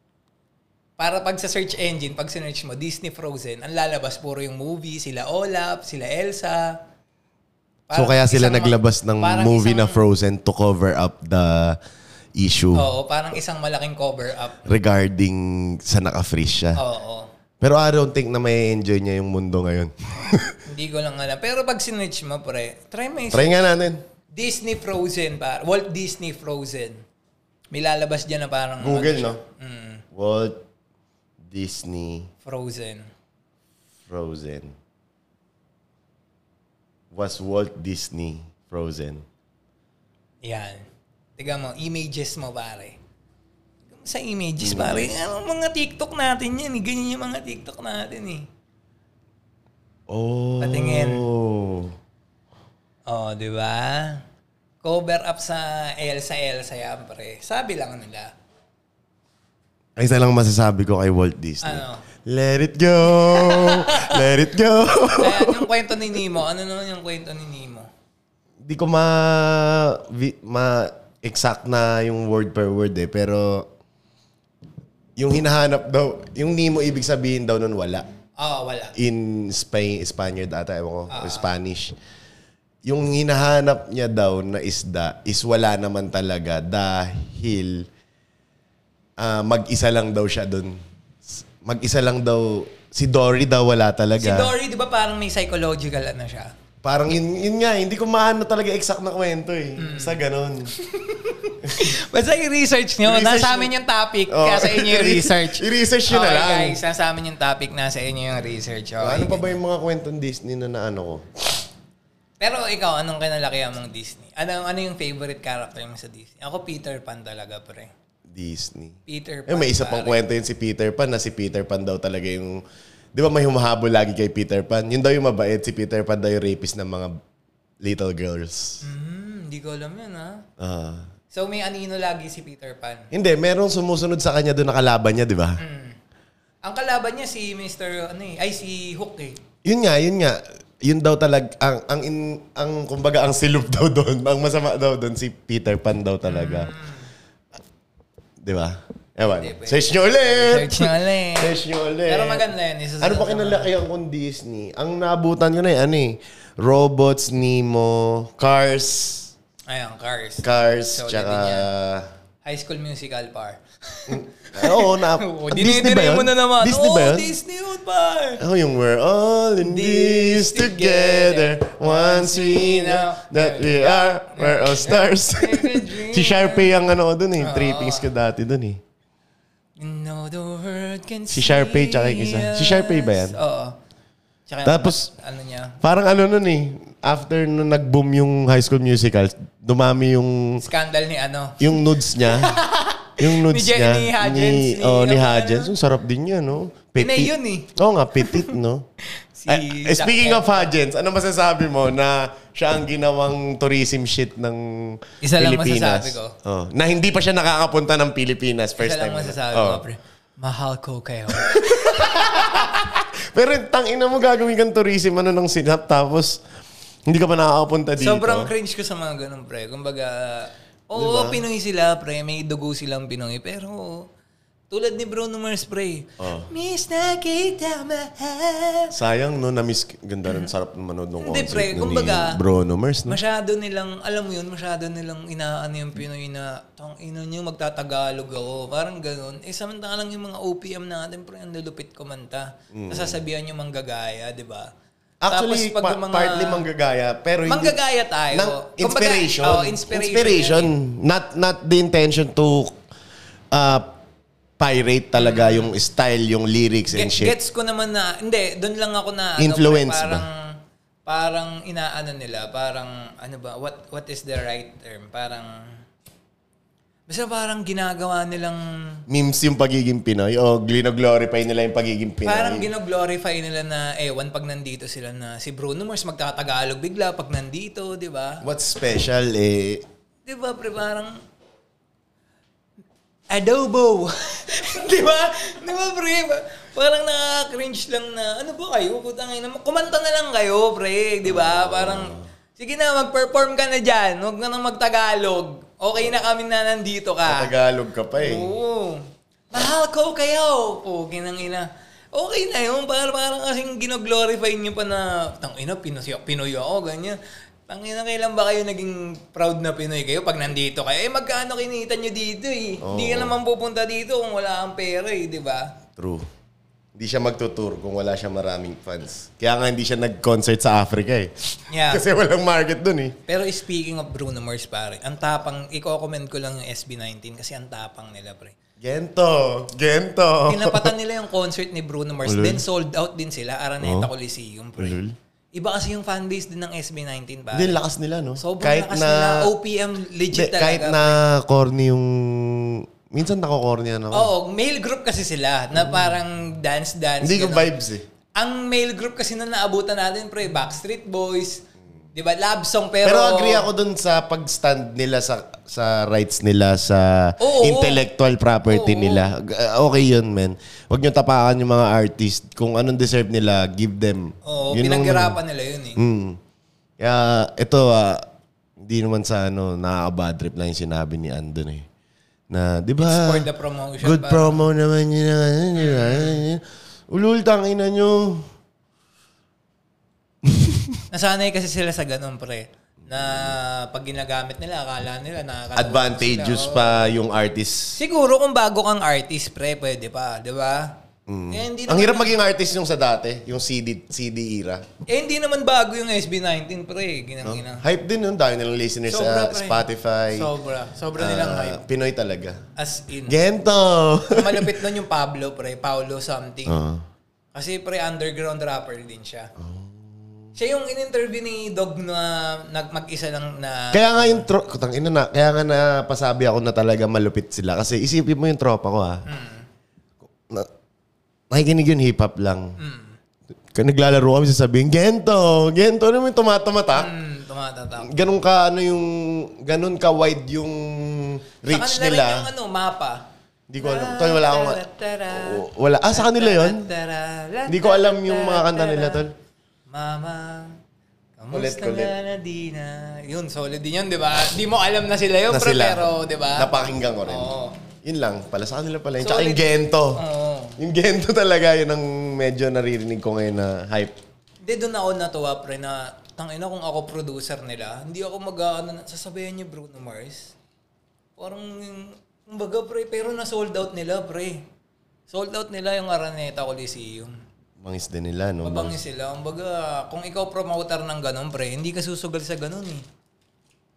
Speaker 2: para pag sa search engine, pag sinearch mo Disney Frozen, ang lalabas puro yung movie, sila Olaf, sila Elsa.
Speaker 1: So
Speaker 2: Parang
Speaker 1: kaya sila
Speaker 2: isang ma-
Speaker 1: naglabas ng
Speaker 2: parang
Speaker 1: movie na
Speaker 2: isang- Oh.
Speaker 1: Frozen to cover up the issue
Speaker 2: Oo, parang isang malaking cover up.
Speaker 1: regarding sa naka-freeze siya.
Speaker 2: Oo.
Speaker 1: Pero I don't think na may enjoy niya yung mundo ngayon. <laughs>
Speaker 2: Hindi ko lang alam. Pero pag sinearch mo, pre, try mo yung
Speaker 1: Try nga natin.
Speaker 2: Disney Frozen, par Walt Disney Frozen. May lalabas dyan na parang...
Speaker 1: Google, no?
Speaker 2: Mm,
Speaker 1: Walt Disney
Speaker 2: Frozen.
Speaker 1: Frozen. Was Walt Disney Frozen?
Speaker 2: Yan. Tiga mo, images mo, pare. Tiga mo Sa images, pare. Ano mga TikTok natin yan? eh. Ganyan yung mga TikTok natin eh.
Speaker 1: Oh.
Speaker 2: Patingin. Oh, di ba? Cover up sa Elsa Elsa yan, pre. Sabi lang nila.
Speaker 1: Ang isa lang masasabi ko kay Walt Disney.
Speaker 2: Ano?
Speaker 1: Let it
Speaker 2: <laughs>
Speaker 1: go! Let it go!
Speaker 2: Ayan, yung kwento ni Nemo. Ano naman yung kwento ni Nemo?
Speaker 1: Hindi ko ma... vi- ma exact na yung word per word eh. Pero yung hinahanap daw, yung Nemo ibig sabihin daw nun wala.
Speaker 2: Oh, wala.
Speaker 1: in Spain, Spaniard ata, ewan ko,
Speaker 2: Ah.
Speaker 1: or Spanish. Yung hinahanap niya daw na isda is wala naman talaga dahil ah, mag-isa lang daw siya doon. Mag-isa lang daw. Si Dory daw wala
Speaker 2: Si
Speaker 1: talaga.
Speaker 2: Dory, di ba parang may psychological ano siya?
Speaker 1: Parang yun, yun nga, eh, hindi ko maano talaga exact na kwento eh.
Speaker 2: Mm.
Speaker 1: Sa ganon.
Speaker 2: Basta i-research nyo.
Speaker 1: I-research nyo.
Speaker 2: nasa amin yung topic.
Speaker 1: Oo.
Speaker 2: Kaya sa inyo
Speaker 1: <laughs>
Speaker 2: yung research.
Speaker 1: Oh. I-research nyo na
Speaker 2: Okay,
Speaker 1: lang.
Speaker 2: guys. Nasa amin yung topic. Nasa inyo yung research. Okay.
Speaker 1: ano pa ba yung mga kwentong Disney na naano ko?
Speaker 2: Pero ikaw, anong kinalakihan mong Disney? Ano, ano yung favorite character mo sa Disney? Ako, Peter Pan talaga, pre.
Speaker 1: Disney.
Speaker 2: Peter
Speaker 1: Eh,
Speaker 2: Pan.
Speaker 1: may isa pang
Speaker 2: pare.
Speaker 1: kwento yun si Peter Pan na si Peter Pan daw talaga yung... Di ba may humahabol lagi kay Peter Pan? Yun daw yung mabait. Si Peter Pan daw yung rapist ng mga little girls.
Speaker 2: Hmm, hindi ko alam yun, ha?
Speaker 1: Ah.
Speaker 2: So, may anino lagi si Peter Pan.
Speaker 1: hindi, merong sumusunod sa kanya doon na kalaban niya, di ba?
Speaker 2: Mm. Ang kalaban niya si Mr. Ano eh, ay si Hook eh.
Speaker 1: Yun nga, yun nga. Yun daw talaga, ang, ang, in, ang kumbaga, ang silub daw doon, ang masama daw doon, si Peter Pan daw talaga. Di ba? Ewan.
Speaker 2: Mm. Hindi,
Speaker 1: Search nyo ulit!
Speaker 2: Search niya lang eh.
Speaker 1: Search nyo ulit!
Speaker 2: Pero maganda yun. Isa sa-
Speaker 1: Ano pa kinalakihan kong Disney? Ang naabutan ko na eh, ano eh, Robots, Nemo, Cars,
Speaker 2: Ayun, Cars.
Speaker 1: Cars,
Speaker 2: Solid
Speaker 1: tsaka...
Speaker 2: din yan. High School Musical par.
Speaker 1: <laughs> <laughs> Oo,
Speaker 2: <laughs>
Speaker 1: na...
Speaker 2: Oh,
Speaker 1: Ah, Disney ba
Speaker 2: dinidiri
Speaker 1: yun?
Speaker 2: mo na naman.
Speaker 1: Disney ba
Speaker 2: Oh,
Speaker 1: yun?
Speaker 2: Disney yun par.
Speaker 1: Oh, yung we're all in this together. Once we know that we are, <laughs> we're all stars. si Sharpay ang ano ko dun eh. Trippings ko dati dun eh.
Speaker 2: No, the world can
Speaker 1: Si Sharpay tsaka yung isa. Si Sharpay ba yan?
Speaker 2: see us. Oo. Tsaka yung-
Speaker 1: Tapos-
Speaker 2: ano niya?
Speaker 1: Parang ano nun eh. After nung nag-boom yung High School Musical, dumami yung
Speaker 2: Scandal ni ano.
Speaker 1: yung nudes
Speaker 2: <laughs>
Speaker 1: niya. yung nudes
Speaker 2: Ni Je-
Speaker 1: niya.
Speaker 2: ni Hudgens, ni-
Speaker 1: oh, ni
Speaker 2: ano,
Speaker 1: Hudgens. Ang sarap din niya, no?
Speaker 2: Pinay yun eh.
Speaker 1: Oo nga, petit,
Speaker 2: <laughs>
Speaker 1: no?
Speaker 2: Si
Speaker 1: Eh, eh, speaking
Speaker 2: Zac
Speaker 1: of Hudgens, ano masasabi mo na siya ang ginawang tourism shit ng
Speaker 2: Isa lang
Speaker 1: Pilipinas?
Speaker 2: masasabi ko.
Speaker 1: Oh, na hindi pa siya nakakapunta ng Pilipinas
Speaker 2: Efron.
Speaker 1: first
Speaker 2: Isa lang
Speaker 1: time. niya.
Speaker 2: masasabi
Speaker 1: Oh.
Speaker 2: ko, pre. Mahal ko
Speaker 1: <laughs>
Speaker 2: kayo.
Speaker 1: Pero tang ina mo gagawin kang tourism ano ng sinap tapos hindi ka pa nakakapunta dito.
Speaker 2: Sobrang cringe ko sa mga ganun, pre. Kumbaga, oo, Pinoy sila, pre. May dugo silang Pinoy. Pero, tulad ni Bruno Mars, pre.
Speaker 1: Oh.
Speaker 2: Miss na kita, mahal.
Speaker 1: Sayang no, na-miss. Ganda rin, sarap manood ng
Speaker 2: Hindi,
Speaker 1: concert
Speaker 2: pre,
Speaker 1: nun ni
Speaker 2: kumbaga,
Speaker 1: Bruno Mars. No?
Speaker 2: Masyado nilang, alam mo yun, masyado nilang inaano yung Pinoy na, tang ino nyo, magtatagalog ako. Parang ganun. Eh, samantalang yung mga OPM natin, pre, ang lulupit kumanta. Tapos sasabihan yung manggagaya, di ba?
Speaker 1: Mm. Actually,
Speaker 2: Tapos pag
Speaker 1: pa-
Speaker 2: yung mga-
Speaker 1: partly manggagaya, pero hindi...
Speaker 2: Manggagaya tayo.
Speaker 1: Ng
Speaker 2: Kumbaga,
Speaker 1: inspiration.
Speaker 2: oh, inspiration.
Speaker 1: Inspiration. Not, not the intention to uh, pirate talaga yung style, yung lyrics and
Speaker 2: Get-
Speaker 1: shit.
Speaker 2: Gets ko naman na, hindi, doon lang ako na,
Speaker 1: Influence
Speaker 2: ano, parang, parang inaano nila, parang, ano ba, what what is the right term? Parang, basta parang ginagawa nilang,
Speaker 1: Memes yung pagiging Pinoy o glorify nila yung pagiging Pinoy.
Speaker 2: parang ginoglorify nila na, ewan, pag nandito sila na, si Bruno Mars magtatagalog bigla pag nandito, di ba?
Speaker 1: What's special eh...
Speaker 2: Di ba, pre, parang, adobo. <laughs> di ba? Di ba, pre? Parang nakaka-cringe lang na, ano ba kayo? Putangay naman. Kumanta na lang kayo, pre. Di ba? Parang, sige na, mag-perform ka na dyan. Huwag Ah. ka nang magtagalog. Okay na kami na nandito ka.
Speaker 1: Tagalog ka pa eh.
Speaker 2: Oo. mahal ko kayo. Pugi ng ina. Okay na yun. Parang, parang kasing ginoglorify nyo pa na, tang ina, Pinoy, Pinoy ako, ganyan. Tang ina, kailan ba kayo naging proud na Pinoy kayo pag nandito kayo? Eh, magkano kinita nyo dito eh? Hindi ka naman pupunta dito kung wala kang pera eh, di ba?
Speaker 1: True. Hindi siya magtutour kung wala siya maraming fans. Kaya nga hindi siya nag-concert sa Africa eh.
Speaker 2: Yeah.
Speaker 1: Kasi walang market dun eh.
Speaker 2: Pero speaking of Bruno Mars, pare, ang tapang, i-comment ko lang yung SB19 kasi ang tapang nila, pre.
Speaker 1: Gento! Gento!
Speaker 2: Pinapatan nila yung concert ni Bruno Mars,
Speaker 1: Ulul.
Speaker 2: then sold out din sila, Araneta Coliseum, pre.
Speaker 1: Ulul.
Speaker 2: Iba kasi yung fanbase din ng SB19, pare.
Speaker 1: Hindi, lakas nila no?
Speaker 2: Sobrang lakas nila. OPM
Speaker 1: Hindi,
Speaker 2: legit talaga.
Speaker 1: Kahit na corny yung... Minsan ano? nako-cornyan ako.
Speaker 2: Oo, male group kasi sila na parang dance-dance.
Speaker 1: Hmm. hindi ko
Speaker 2: ganun.
Speaker 1: vibes eh.
Speaker 2: Ang male group kasi na naabutan natin, pre, Backstreet Boys, di ba, love song, pero...
Speaker 1: Pero, agree ako dun sa pag-stand nila sa sa rights nila sa
Speaker 2: Oo.
Speaker 1: intellectual property
Speaker 2: Oo.
Speaker 1: nila. G- uh, Okay yun, men. Huwag nyo tapakan yung mga artist. Kung anong deserve nila, give them.
Speaker 2: Oo,
Speaker 1: Yun ang-
Speaker 2: pinaghirapan nila yun eh.
Speaker 1: Mm. Kaya ito, ah, hindi naman sa ano, nakaka-bad trip lang yung sinabi ni Andon eh. Na, di ba?
Speaker 2: For the promotion.
Speaker 1: Hmm. Good
Speaker 2: pa.
Speaker 1: promo naman yun. ah, yun, ah, yun. Ulul, tangina nyo.
Speaker 2: Nasanay kasi sila sa ganun, pre. Na pag ginagamit nila, akala nila nakakatawa
Speaker 1: Advantageous
Speaker 2: sila. oh.
Speaker 1: pa yung artist.
Speaker 2: Siguro kung bago kang artist, pre, pwede pa, di ba? Eh, hindi
Speaker 1: Hmm. Ang
Speaker 2: naman-
Speaker 1: hirap maging artist yung sa dati, yung CD, CD era.
Speaker 2: Eh, hindi naman bago yung SB19, pre. Ginang-ginang.
Speaker 1: Hype din yun, dami nilang listeners sa
Speaker 2: pre.
Speaker 1: Spotify.
Speaker 2: Sobra. Sobra
Speaker 1: Ah,
Speaker 2: nilang hype.
Speaker 1: Pinoy talaga.
Speaker 2: As in. <laughs>
Speaker 1: Gento!
Speaker 2: malapit nun yung Pablo, pre. Paolo something.
Speaker 1: Oo.
Speaker 2: Kasi pre, underground rapper din siya.
Speaker 1: Oh.
Speaker 2: Siya yung in-interview ni Dog na nag- mag-isa lang na...
Speaker 1: Kaya nga yung tro- Kutang ina na, kaya nga napasabi ako na talaga malupit sila. Kasi isipin mo yung tropa ko ha.
Speaker 2: Hmm.
Speaker 1: Na, nakikinig yun hip-hop lang.
Speaker 2: Hmm.
Speaker 1: Kaya naglalaro kami sasabihin, Gento! Gento! Ano mo yung tumatamata?
Speaker 2: Hmm, tumatatak.
Speaker 1: Ganun ka, ano yung, ganun ka wide yung reach
Speaker 2: Sa kanila
Speaker 1: nila.
Speaker 2: rin Ah. yung ano, mapa.
Speaker 1: Hindi ko alam. Tol, wala akong...
Speaker 2: Tara,
Speaker 1: Oo, Wala. Ah, sa kanila yun?
Speaker 2: tara, la,
Speaker 1: Hindi ko alam yung mga kanta
Speaker 2: tara,
Speaker 1: nila, tol.
Speaker 2: Mama,
Speaker 1: Ulit,
Speaker 2: kamusta
Speaker 1: ulit.
Speaker 2: na na di na? Yun, solid din yun, di ba? Di mo alam na sila yun,
Speaker 1: Na
Speaker 2: pre,
Speaker 1: sila.
Speaker 2: pero, di ba?
Speaker 1: Napakinggan ko rin.
Speaker 2: Oo.
Speaker 1: Yun lang. Pala sa kanila pala. Yun.
Speaker 2: So,
Speaker 1: Tsaka yung
Speaker 2: ulit-
Speaker 1: gento.
Speaker 2: Oo.
Speaker 1: Yung gento talaga, yun ang medyo naririnig ko ngayon na hype.
Speaker 2: Hindi, doon ako natuwa, pre, na tangina kung ako producer nila, hindi ako mag ano, na- sasabayan niyo Bruno Mars. Parang, kumbaga, pre, pero na-sold out nila, pre. Sold out nila yung Araneta Coliseum.
Speaker 1: Bangis din nila, no?
Speaker 2: Mabangis sila. Kumbaga, kung ikaw promoter ng ganun, pre, hindi ka susugal sa ganun eh.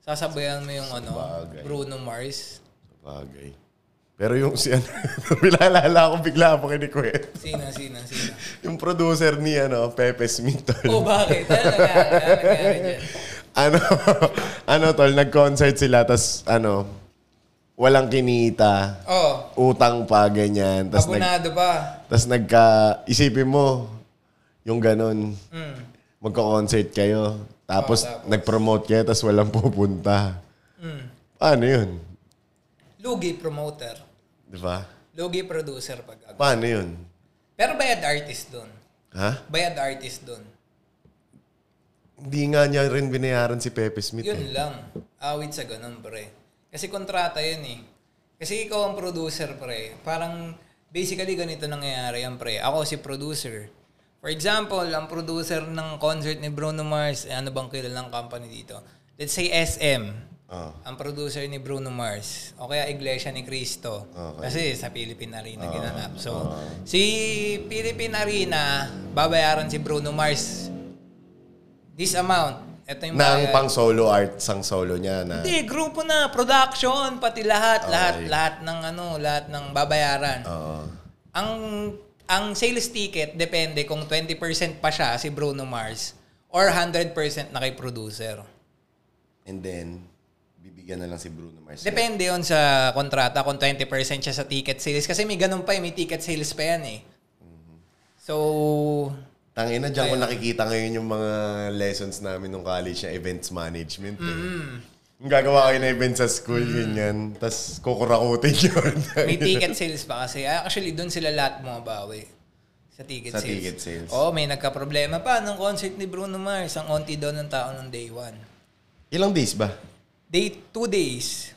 Speaker 2: Sasabayan mo yung ano,
Speaker 1: Sabagay.
Speaker 2: Bruno Mars.
Speaker 1: Bagay. Pero yung si ano, <laughs> bilalala ko bigla ako kinikwet.
Speaker 2: Sina, sina, sina. <laughs>
Speaker 1: Yung producer ni ano, Pepe Smith, tol.
Speaker 2: Oh, bakit? Ano nangyari? Ano nangyari dyan?
Speaker 1: ano, <laughs> ano tol, nag-concert sila, tas ano, walang kinita,
Speaker 2: Oh,
Speaker 1: utang pa, ganyan. Tas nag,
Speaker 2: abonado pa.
Speaker 1: tas nagka, isipin mo, yung ganun,
Speaker 2: Mm.
Speaker 1: magko-concert kayo, tapos,
Speaker 2: Ah, tapos.
Speaker 1: nag-promote kayo, tas walang <laughs> pupunta.
Speaker 2: Mm.
Speaker 1: Paano yun?
Speaker 2: Lugi promoter.
Speaker 1: Di ba?
Speaker 2: Lugi producer pag ako.
Speaker 1: Paano yun?
Speaker 2: Pero bayad artist dun.
Speaker 1: Ha?
Speaker 2: Bayad artist dun.
Speaker 1: Hindi nga niya rin binayaran si Pepe Smith. eh.
Speaker 2: Yun lang. Awit sa ganun, pre. Kasi kontrata yun eh. Kasi ikaw ang producer, pre. Parang basically ganito nangyayari yan, pre. Ako si producer. For example, ang producer ng concert ni Bruno Mars, eh, ano bang kilalang company dito? Let's say SM.
Speaker 1: Ah.
Speaker 2: Ang producer ni Bruno Mars. O kaya Iglesia ni Cristo. Kasi sa Philippine Arena ginanap. So, si Philippine Arena, babayaran si Bruno Mars this amount. Ito yung
Speaker 1: na ang
Speaker 2: bayad.
Speaker 1: pang solo art, sang solo niya na.
Speaker 2: Hindi, grupo na, production, pati lahat, lahat, lahat ng ano, lahat ng babayaran.
Speaker 1: Oo.
Speaker 2: Ang ang sales ticket depende kung 20% pa siya si Bruno Mars or 100% na kay producer.
Speaker 1: And then, bibigyan na lang si Bruno Mars.
Speaker 2: Depende yon sa kontrata kung 20% siya sa ticket sales kasi may ganun pa eh, may ticket sales pa yan eh. So,
Speaker 1: Tangina, diyan ko nakikita ngayon yung mga lessons namin nung college na events management. Eh.
Speaker 2: Mm.
Speaker 1: Yung gagawa kayo na event sa school, ganyan. Tapos kukurakutin <laughs> yun.
Speaker 2: may
Speaker 1: <laughs>
Speaker 2: ticket sales pa kasi. Ah, Actually, doon sila lahat bumabawi. Sa ticket
Speaker 1: Sa
Speaker 2: sales.
Speaker 1: ticket sales.
Speaker 2: Oo, may nagka-problema pa nung concert ni Bruno Mars. Ang onti daw ng tao nung day one.
Speaker 1: Ilang days ba?
Speaker 2: Day, two days.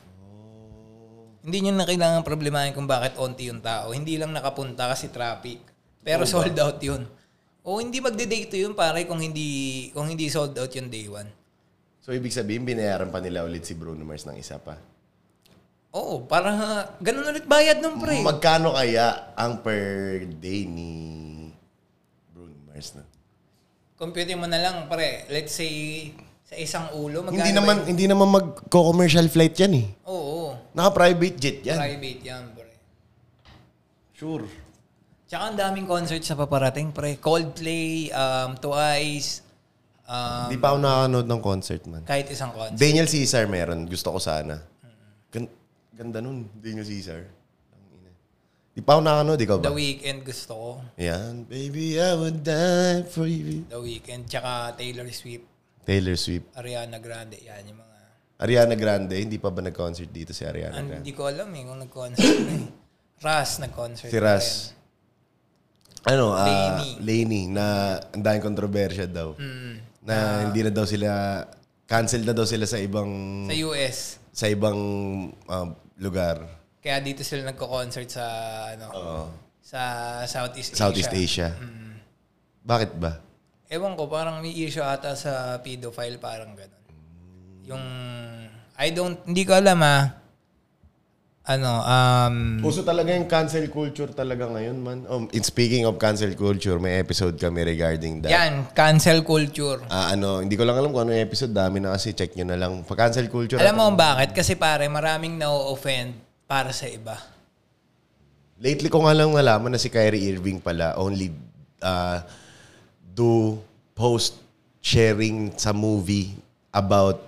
Speaker 2: Hindi nyo na kailangan problemahin kung bakit onti yung tao. Hindi lang nakapunta kasi traffic.
Speaker 1: Oh,
Speaker 2: Pero sold out yun. O hindi magde-day to yun pare kung hindi kung hindi sold out yung day one.
Speaker 1: So, ibig sabihin, binayaran pa nila ulit si Bruno Mars ng isa pa.
Speaker 2: Oo, para ganun ulit bayad nung pre.
Speaker 1: Magkano kaya ang per day ni Bruno Mars na?
Speaker 2: Compute mo na lang pre. Let's say sa isang ulo magkano
Speaker 1: Hindi
Speaker 2: ba
Speaker 1: naman
Speaker 2: yun?
Speaker 1: hindi naman magko-commercial flight 'yan eh.
Speaker 2: Oo,
Speaker 1: Naka-private jet 'yan.
Speaker 2: private yan pre.
Speaker 1: Sure.
Speaker 2: Tsaka ang daming concerts na paparating pre. Coldplay, um, Twice, um,
Speaker 1: Hindi pa ako nakakanood ng concert man.
Speaker 2: kahit isang concert.
Speaker 1: Daniel Caesar meron. Gusto ko sana. Gan- ganda nun, Daniel Caesar. Ang ina. Di pa ako nakakanood. Ikaw ba?
Speaker 2: The Weeknd gusto ko.
Speaker 1: Yan. Baby, I would die for you.
Speaker 2: The Weeknd, tsaka Taylor Swift,
Speaker 1: Taylor Swift.
Speaker 2: Ariana Grande, yan yung mga...
Speaker 1: Ariana Grande. Hindi pa ba nag-concert dito si Ariana
Speaker 2: Ah,
Speaker 1: Grande?
Speaker 2: Hindi ko alam eh kung nag-concert. na eh. Ras nag-concert.
Speaker 1: Si
Speaker 2: na rin.
Speaker 1: Raz. Ano, ah,
Speaker 2: Lainey. Mm.
Speaker 1: Lainey, na ang daming kontrobersya daw. Na
Speaker 2: Ah.
Speaker 1: hindi na daw sila, cancel na daw sila sa ibang,
Speaker 2: Sa US.
Speaker 1: sa ibang ah, lugar.
Speaker 2: Kaya dito sila nagko-concert sa ano sa Southeast,
Speaker 1: Oh. Southeast
Speaker 2: Asia. Mm.
Speaker 1: Asia. Bakit ba?
Speaker 2: Ewan ko, parang may issue ata sa pedophile, parang ganun. Yung, I don't, hindi ko alam ah. Ano, um,
Speaker 1: Puso talaga yung cancel culture talaga ngayon, man. Mm. Um, in speaking of cancel culture, may episode kami regarding that.
Speaker 2: yan, cancel culture.
Speaker 1: Ah, ano, hindi ko lang alam kung ano yung episode. Dami na kasi. Check nyo na lang. Pa-cancel culture.
Speaker 2: Alam mo kung bakit? Kasi pare, maraming na-offend para sa iba.
Speaker 1: Lately ko nga lang nalaman na si Kyrie Irving pala only uh, do post sharing sa movie about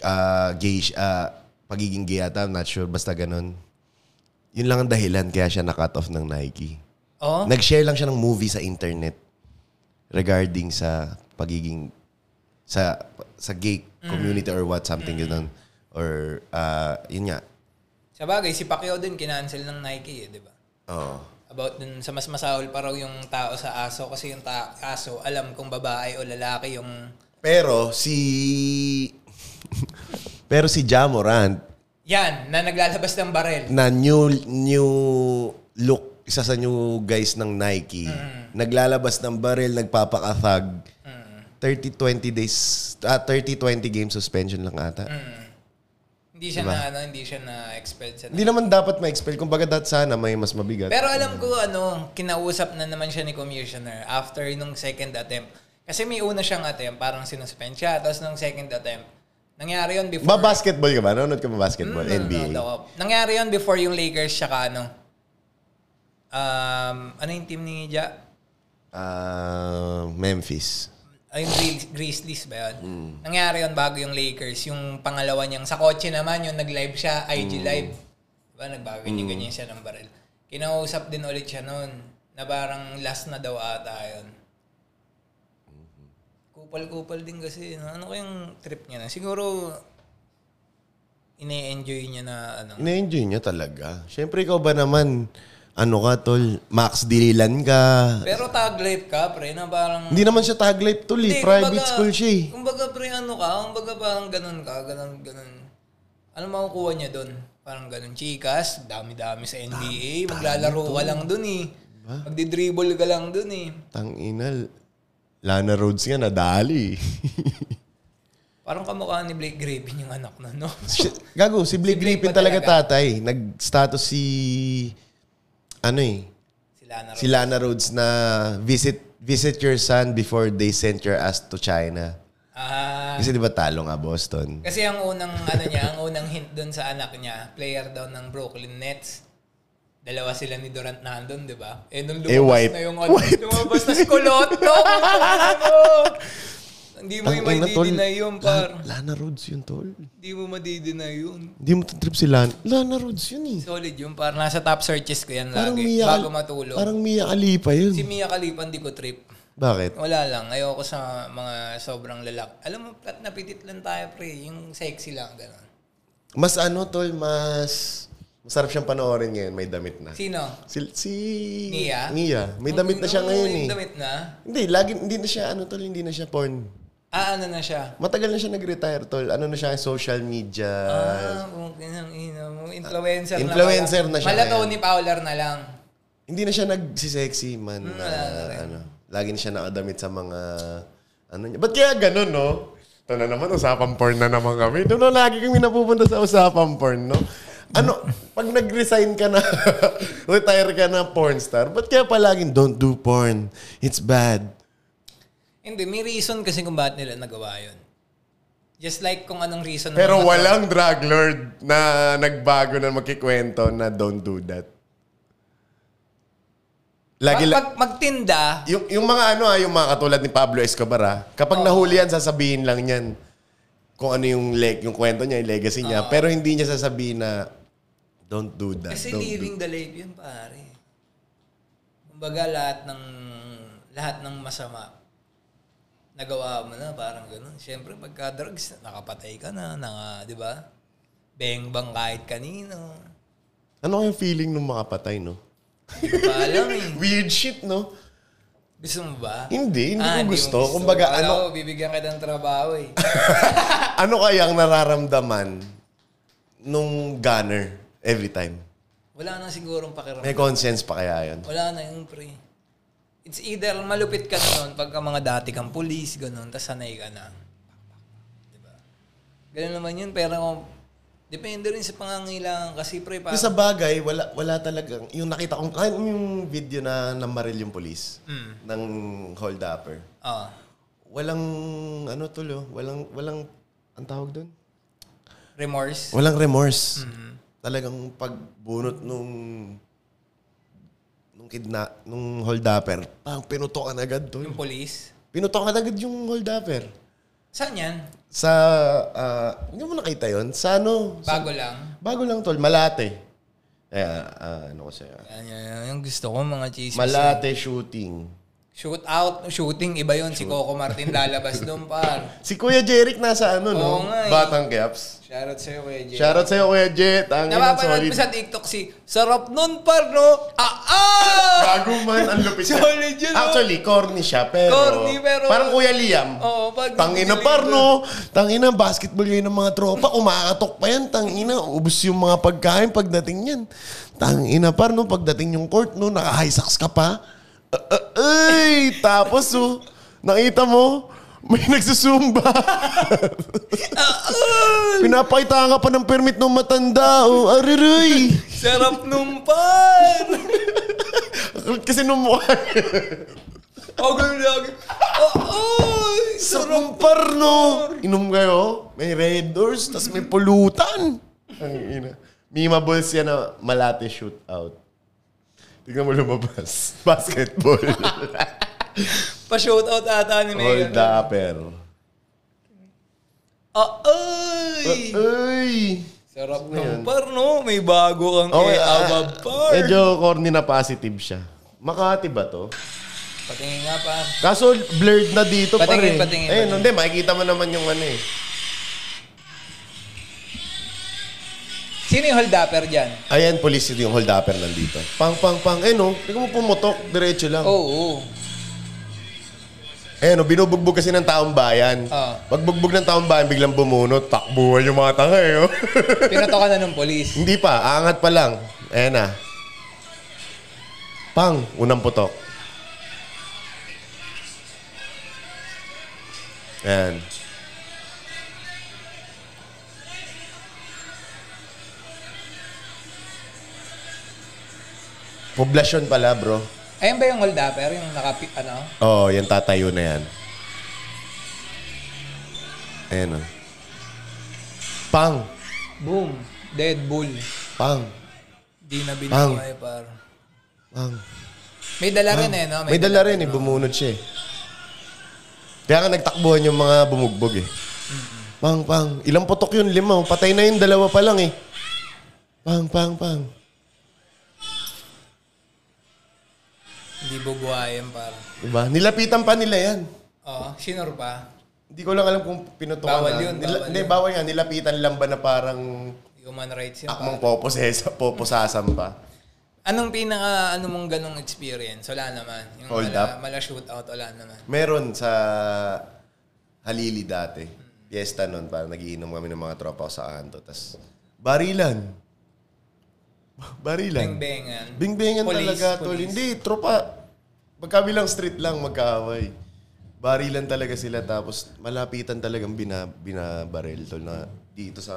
Speaker 1: uh, gay, uh, pagiging gay ata. I'm not sure. Basta ganun. Yun lang ang dahilan kaya siya na-cut off ng Nike.
Speaker 2: Oo.
Speaker 1: Nag-share lang siya ng movie sa internet regarding sa pagiging sa sa gay community or what something ganun or uh, yun nga.
Speaker 2: Sa bagay, si Pacquiao din kinancel ng Nike eh, di ba?
Speaker 1: Oh.
Speaker 2: About dun sa mas masahol pa raw yung tao sa aso kasi yung ta- aso alam kung babae o lalaki yung...
Speaker 1: Pero si Pero si Jamorant
Speaker 2: Yan, na naglalabas ng barel.
Speaker 1: na new new look isa sa new guys ng Nike. Naglalabas ng baril, nagpapakathag. 30-20 days, ah, 30-20 game suspension lang ata.
Speaker 2: Hindi siya na ano, hindi siya na expelled sa
Speaker 1: Hindi naman dapat ma-expel. Kumbaga dat sana may mas mabigat.
Speaker 2: Pero alam ko ano, kinausap na naman siya ni commissioner after nung second attempt. Kasi may una siyang attempt, parang sinuspend siya. Tapos nung second attempt, nangyari yun before...
Speaker 1: ba basketball ka ba? Nanonood ka ba basketball?
Speaker 2: Mm,
Speaker 1: NBA.
Speaker 2: nanonood ako. Nangyari yun before yung Lakers siya ano. Um, ano yung team ni Ja?
Speaker 1: Ah, Memphis.
Speaker 2: Ay, yung Grizz- Grizzlies ba yun? Nangyari yun bago yung Lakers. Yung pangalawa niyang sa kotse naman, yung nag-live siya, IG live. Diba, nagbago ganyan-ganyan siya ng baril. Kinausap din ulit siya noon na parang last na daw ata yun. Kupal-kupal din kasi. no? Ano kayang trip niya na? Siguro, ine-enjoy niya na ano.
Speaker 1: Ina-enjoy niya talaga. Siyempre, ikaw ba naman, ano ka, tol? Max Dililan ka.
Speaker 2: Pero tag life ka, pre, na parang...
Speaker 1: Hindi naman siya tag life, tol. eh.
Speaker 2: Hindi,
Speaker 1: Private
Speaker 2: kumbaga-
Speaker 1: school siya eh.
Speaker 2: Kumbaga pre, ano ka, kumbaga parang ganun ka, ganun, ganun. Ano makukuha niya doon? Parang ganun, chikas, dami-dami sa NBA, maglalaro ka lang doon eh.
Speaker 1: Diba?
Speaker 2: Magdi-dribble ka lang doon eh.
Speaker 1: Tanginal. Lana Rhodes nga,
Speaker 2: <laughs>
Speaker 1: nadali. eh.
Speaker 2: Parang kamukha ni Blake Griffin yung anak na, no? <laughs>
Speaker 1: Shit, Gago, si Blake
Speaker 2: Si Blake
Speaker 1: Griffin
Speaker 2: ba
Speaker 1: talaga tatay. eh. Nag-status si... Ano eh?
Speaker 2: Sila na
Speaker 1: Si Lana Rhodes na visit visit your son before they sent your ass to China.
Speaker 2: Ah,
Speaker 1: Kasi di ba talo nga Boston?
Speaker 2: kasi ang unang ano niya, ang unang hint doon sa anak niya, player daw ng Brooklyn Nets. Dalawa sila ni Durant na andun, di ba? Eh, nung
Speaker 1: Eh,
Speaker 2: lumabas
Speaker 1: white.
Speaker 2: na yung ano, lumabas na si
Speaker 1: <laughs>
Speaker 2: Coloto. Hindi mo yung
Speaker 1: Tangina, tol.
Speaker 2: matidinay yun, par.
Speaker 1: La- Lana Rhodes yun, tol.
Speaker 2: Hindi mo madidinay yun.
Speaker 1: Hindi mo trip si Lana. Lana Rhodes yun eh.
Speaker 2: Solid yun, par. Nasa top searches ko yan
Speaker 1: Parang
Speaker 2: lagi.
Speaker 1: Mia,
Speaker 2: Bago matulog.
Speaker 1: Parang Mia Khalifa yun.
Speaker 2: Si Mia Khalifa, hindi ko trip.
Speaker 1: Bakit?
Speaker 2: Wala lang. Ayoko sa mga sobrang lalak. Alam mo, pat napitit lang tayo, pre. Yung sexy lang, gano'n.
Speaker 1: Mas ano, tol, mas... Masarap siyang panoorin ngayon. May damit na.
Speaker 2: Sino?
Speaker 1: Si... si
Speaker 2: Mia?
Speaker 1: May damit na siya
Speaker 2: Oo,
Speaker 1: ngayon
Speaker 2: yung
Speaker 1: eh.
Speaker 2: damit na.
Speaker 1: Hindi, lagi, hindi na siya, ano tol, hindi na siya porn.
Speaker 2: Ah, ano na siya?
Speaker 1: Matagal na siya nag-retire, tol. Ano na siya, social media.
Speaker 2: Ah, okay ng ina mo. Influencer,
Speaker 1: Influencer
Speaker 2: na
Speaker 1: na
Speaker 2: pala.
Speaker 1: siya
Speaker 2: Mala
Speaker 1: ngayon.
Speaker 2: Tony Fowler na lang.
Speaker 1: Hindi na siya nagsisexy man. na,
Speaker 2: Hmm, wala na rin.
Speaker 1: ano, lagi na siya nakadamit sa mga... Ano niya. Ba't kaya ganun, no? Ito na naman, usapan porn na naman kami. Doon na lagi kami napupunta sa usapan porn, no? Ano, pag nag-resign ka na, <laughs> retire ka na porn star, ba't kaya palaging don't do porn? It's bad.
Speaker 2: Hindi, may reason kasi kung bakit nila nagawa yun. Just like kung anong reason. ng
Speaker 1: Pero
Speaker 2: mga
Speaker 1: walang drug lord na nagbago na magkikwento na don't do that. Lagi
Speaker 2: Pag,
Speaker 1: la-
Speaker 2: pag magtinda,
Speaker 1: yung, yung mga ano ah, yung mga katulad ni Pablo Escobar ah, kapag nahuli yan, sasabihin lang yan kung ano yung leg, yung kwento niya, yung legacy niya. Pero hindi niya sasabihin na don't do that.
Speaker 2: kasi
Speaker 1: don't do-
Speaker 2: living the life yun, pare. Kumbaga lahat ng lahat ng masama nagawa mo na parang ganun. Siyempre, pagka drugs, nakapatay ka na, naka, di ba? Bang bang kahit kanino.
Speaker 1: Ano yung feeling nung makapatay, no?
Speaker 2: Hindi ko pa alam eh.
Speaker 1: Weird shit, no?
Speaker 2: Gusto mo ba?
Speaker 1: Hindi, hindi ko
Speaker 2: Ah, mo
Speaker 1: gusto. Kumbaga,
Speaker 2: Akala
Speaker 1: ano-
Speaker 2: ko, bibigyan kita ng trabaho eh.
Speaker 1: Ano kaya ang nararamdaman nung gunner every time?
Speaker 2: Wala na sigurong pakiramdam.
Speaker 1: May conscience pa kaya yun?
Speaker 2: Wala na yung pre. It's either malupit ka na nun pagka mga dati kang police, ganun, tas sanay ka na. Diba? Ganun naman yun, pero depende rin sa pangangilangan kasi pre, pa,
Speaker 1: Yung sa bagay, wala, wala talagang, yung nakita kong, kahit yung video na namaril yung polis
Speaker 2: Mm.
Speaker 1: ng hold upper.
Speaker 2: ah,
Speaker 1: Walang, ano tulo, walang, walang, ang tawag doon?
Speaker 2: remorse. Mm-hmm.
Speaker 1: Walang remorse. Talagang pagbunot nung, nung kidna, nung hold upper, pang pinutokan agad tol.
Speaker 2: Yung police.
Speaker 1: Pinutokan agad yung hold upper.
Speaker 2: Saan yan?
Speaker 1: Sa, ah, hindi mo nakita yon Sa ano? Sa-
Speaker 2: Bago lang.
Speaker 1: bago lang tol, Malate. Eh, ah, ah, ano ko sa'yo?
Speaker 2: Yan, yan, yan. Yung gusto ko, mga chismis.
Speaker 1: Malate shooting.
Speaker 2: Shoot out, shooting, iba yun. Si Coco Martin lalabas doon, par.
Speaker 1: <laughs> Si Kuya Jeric nasa ano, no?
Speaker 2: Oo nga eh.
Speaker 1: Batang Caps.
Speaker 2: Shoutout sa'yo, Kuya Jay.
Speaker 1: Shoutout sa'yo, Kuya Jet. Ang ina, solid.
Speaker 2: Napapanood mo sa TikTok si, sarap nun, par, no? Ah, ah!
Speaker 1: Bago man, ang lupit niya.
Speaker 2: <laughs> Solid yun, oh. no?
Speaker 1: Actually, corny siya, pero...
Speaker 2: Corny, pero- Oh,
Speaker 1: Parang Kuya Liam.
Speaker 2: Oo, pag-
Speaker 1: Tangina par, no? Tangina, basketball yun ng mga tropa. Kumakatok pa yan. Tangina, ubus yung mga pagkain pagdating yan. Tangina par, no? Pagdating yung court, no? Naka-high socks ka pa. Uh, uh,
Speaker 2: <laughs>
Speaker 1: ay! Tapos, oh, nakita mo, may <laughs> nagsusumba.
Speaker 2: Ah,
Speaker 1: Pinapakita ka pa ng permit ng matanda. oh. O,
Speaker 2: <laughs>
Speaker 1: ariray.
Speaker 2: Sarap nung pan!
Speaker 1: Kasi nung mukha
Speaker 2: <laughs> Oh, ganun lagi. Oh, oh!
Speaker 1: sa rumpar, no? Inom kayo, may red doors, tas may pulutan. Ang ina. Mima balls yan na malate shootout. Tignan mo lumabas. <laughs>
Speaker 2: <laughs>
Speaker 1: Basketball.
Speaker 2: Pa-shoutout ata ni Mayor.
Speaker 1: Hold upper.
Speaker 2: Oh,
Speaker 1: Ah,
Speaker 2: oy!
Speaker 1: Ay!
Speaker 2: Sarap nung par, no? May bago kang
Speaker 1: ano
Speaker 2: okay,
Speaker 1: Okay, ah,
Speaker 2: abab par.
Speaker 1: Medyo corny na positive siya. Makati ba to?
Speaker 2: Patingin nga par.
Speaker 1: Kaso blurred na dito pa
Speaker 2: Patingin,
Speaker 1: rin.
Speaker 2: patingin,
Speaker 1: Ayun,
Speaker 2: patingin.
Speaker 1: hindi, makikita mo naman yung ano eh.
Speaker 2: Sino yung hold upper dyan?
Speaker 1: Ayan, police yung hold upper nandito. Pang, pang, pang. Eh, no? Hindi mo pumutok. Diretso lang.
Speaker 2: Oo. Oh,
Speaker 1: Eh, no? Binubugbog kasi ng taong bayan.
Speaker 2: Ah.
Speaker 1: Pagbugbog ng taong bayan, biglang bumunot. Takbuhan yung mga tanga, eh. oh. <laughs>
Speaker 2: Pinatoka na ng polis.
Speaker 1: Hindi pa. Aangat pa lang. Ayan na. Pang. Unang putok. Ayan. Poblasyon pala, bro.
Speaker 2: Ayun ba yung hold upper? Yung nakapi, ano?
Speaker 1: Oo, oh, yan tatayo na yan. Ayan o. Pang!
Speaker 2: Boom. Dead bull.
Speaker 1: Pang!
Speaker 2: Di
Speaker 1: Ah.
Speaker 2: na binuhay par.
Speaker 1: Pang!
Speaker 2: May dala rin eh,
Speaker 1: Ah.
Speaker 2: no?
Speaker 1: May dala rin eh, bumunod siya eh. Kaya nga nagtakbuhan yung mga bumugbog eh. Pang, pang. Ilang putok yun? Lima. oh. Patay na yun, dalawa pa lang eh. Pang, pang, pang.
Speaker 2: Hindi bubuhayan par.
Speaker 1: Diba? Nilapitan pa nila yan.
Speaker 2: Oh, sinor pa.
Speaker 1: Hindi ko lang alam kung pinutukan
Speaker 2: Bawal
Speaker 1: na.
Speaker 2: yun,
Speaker 1: Nila-
Speaker 2: bawal
Speaker 1: Hindi,
Speaker 2: yun.
Speaker 1: bawal nga. Nilapitan lang ba na parang
Speaker 2: Human rights yun.
Speaker 1: akmang poposesa, poposasan pa.
Speaker 2: Anong pinaka, ano mong ganong experience? Wala naman. Yung
Speaker 1: Hold
Speaker 2: mala,
Speaker 1: up.
Speaker 2: mala shootout, wala naman.
Speaker 1: Meron sa Halili dati. Fiesta nun, parang nagiinom kami ng mga tropa ko sa kanto. Tapos, barilan. <laughs> Barilan.
Speaker 2: Beng-bengan.
Speaker 1: Bingbengan
Speaker 2: Police,
Speaker 1: talaga, tol.
Speaker 2: police.
Speaker 1: Hindi, tropa. Magkabilang street lang, magkaaway. Barilan talaga sila, tapos malapitan talagang bina, binabaril, tol, na dito sa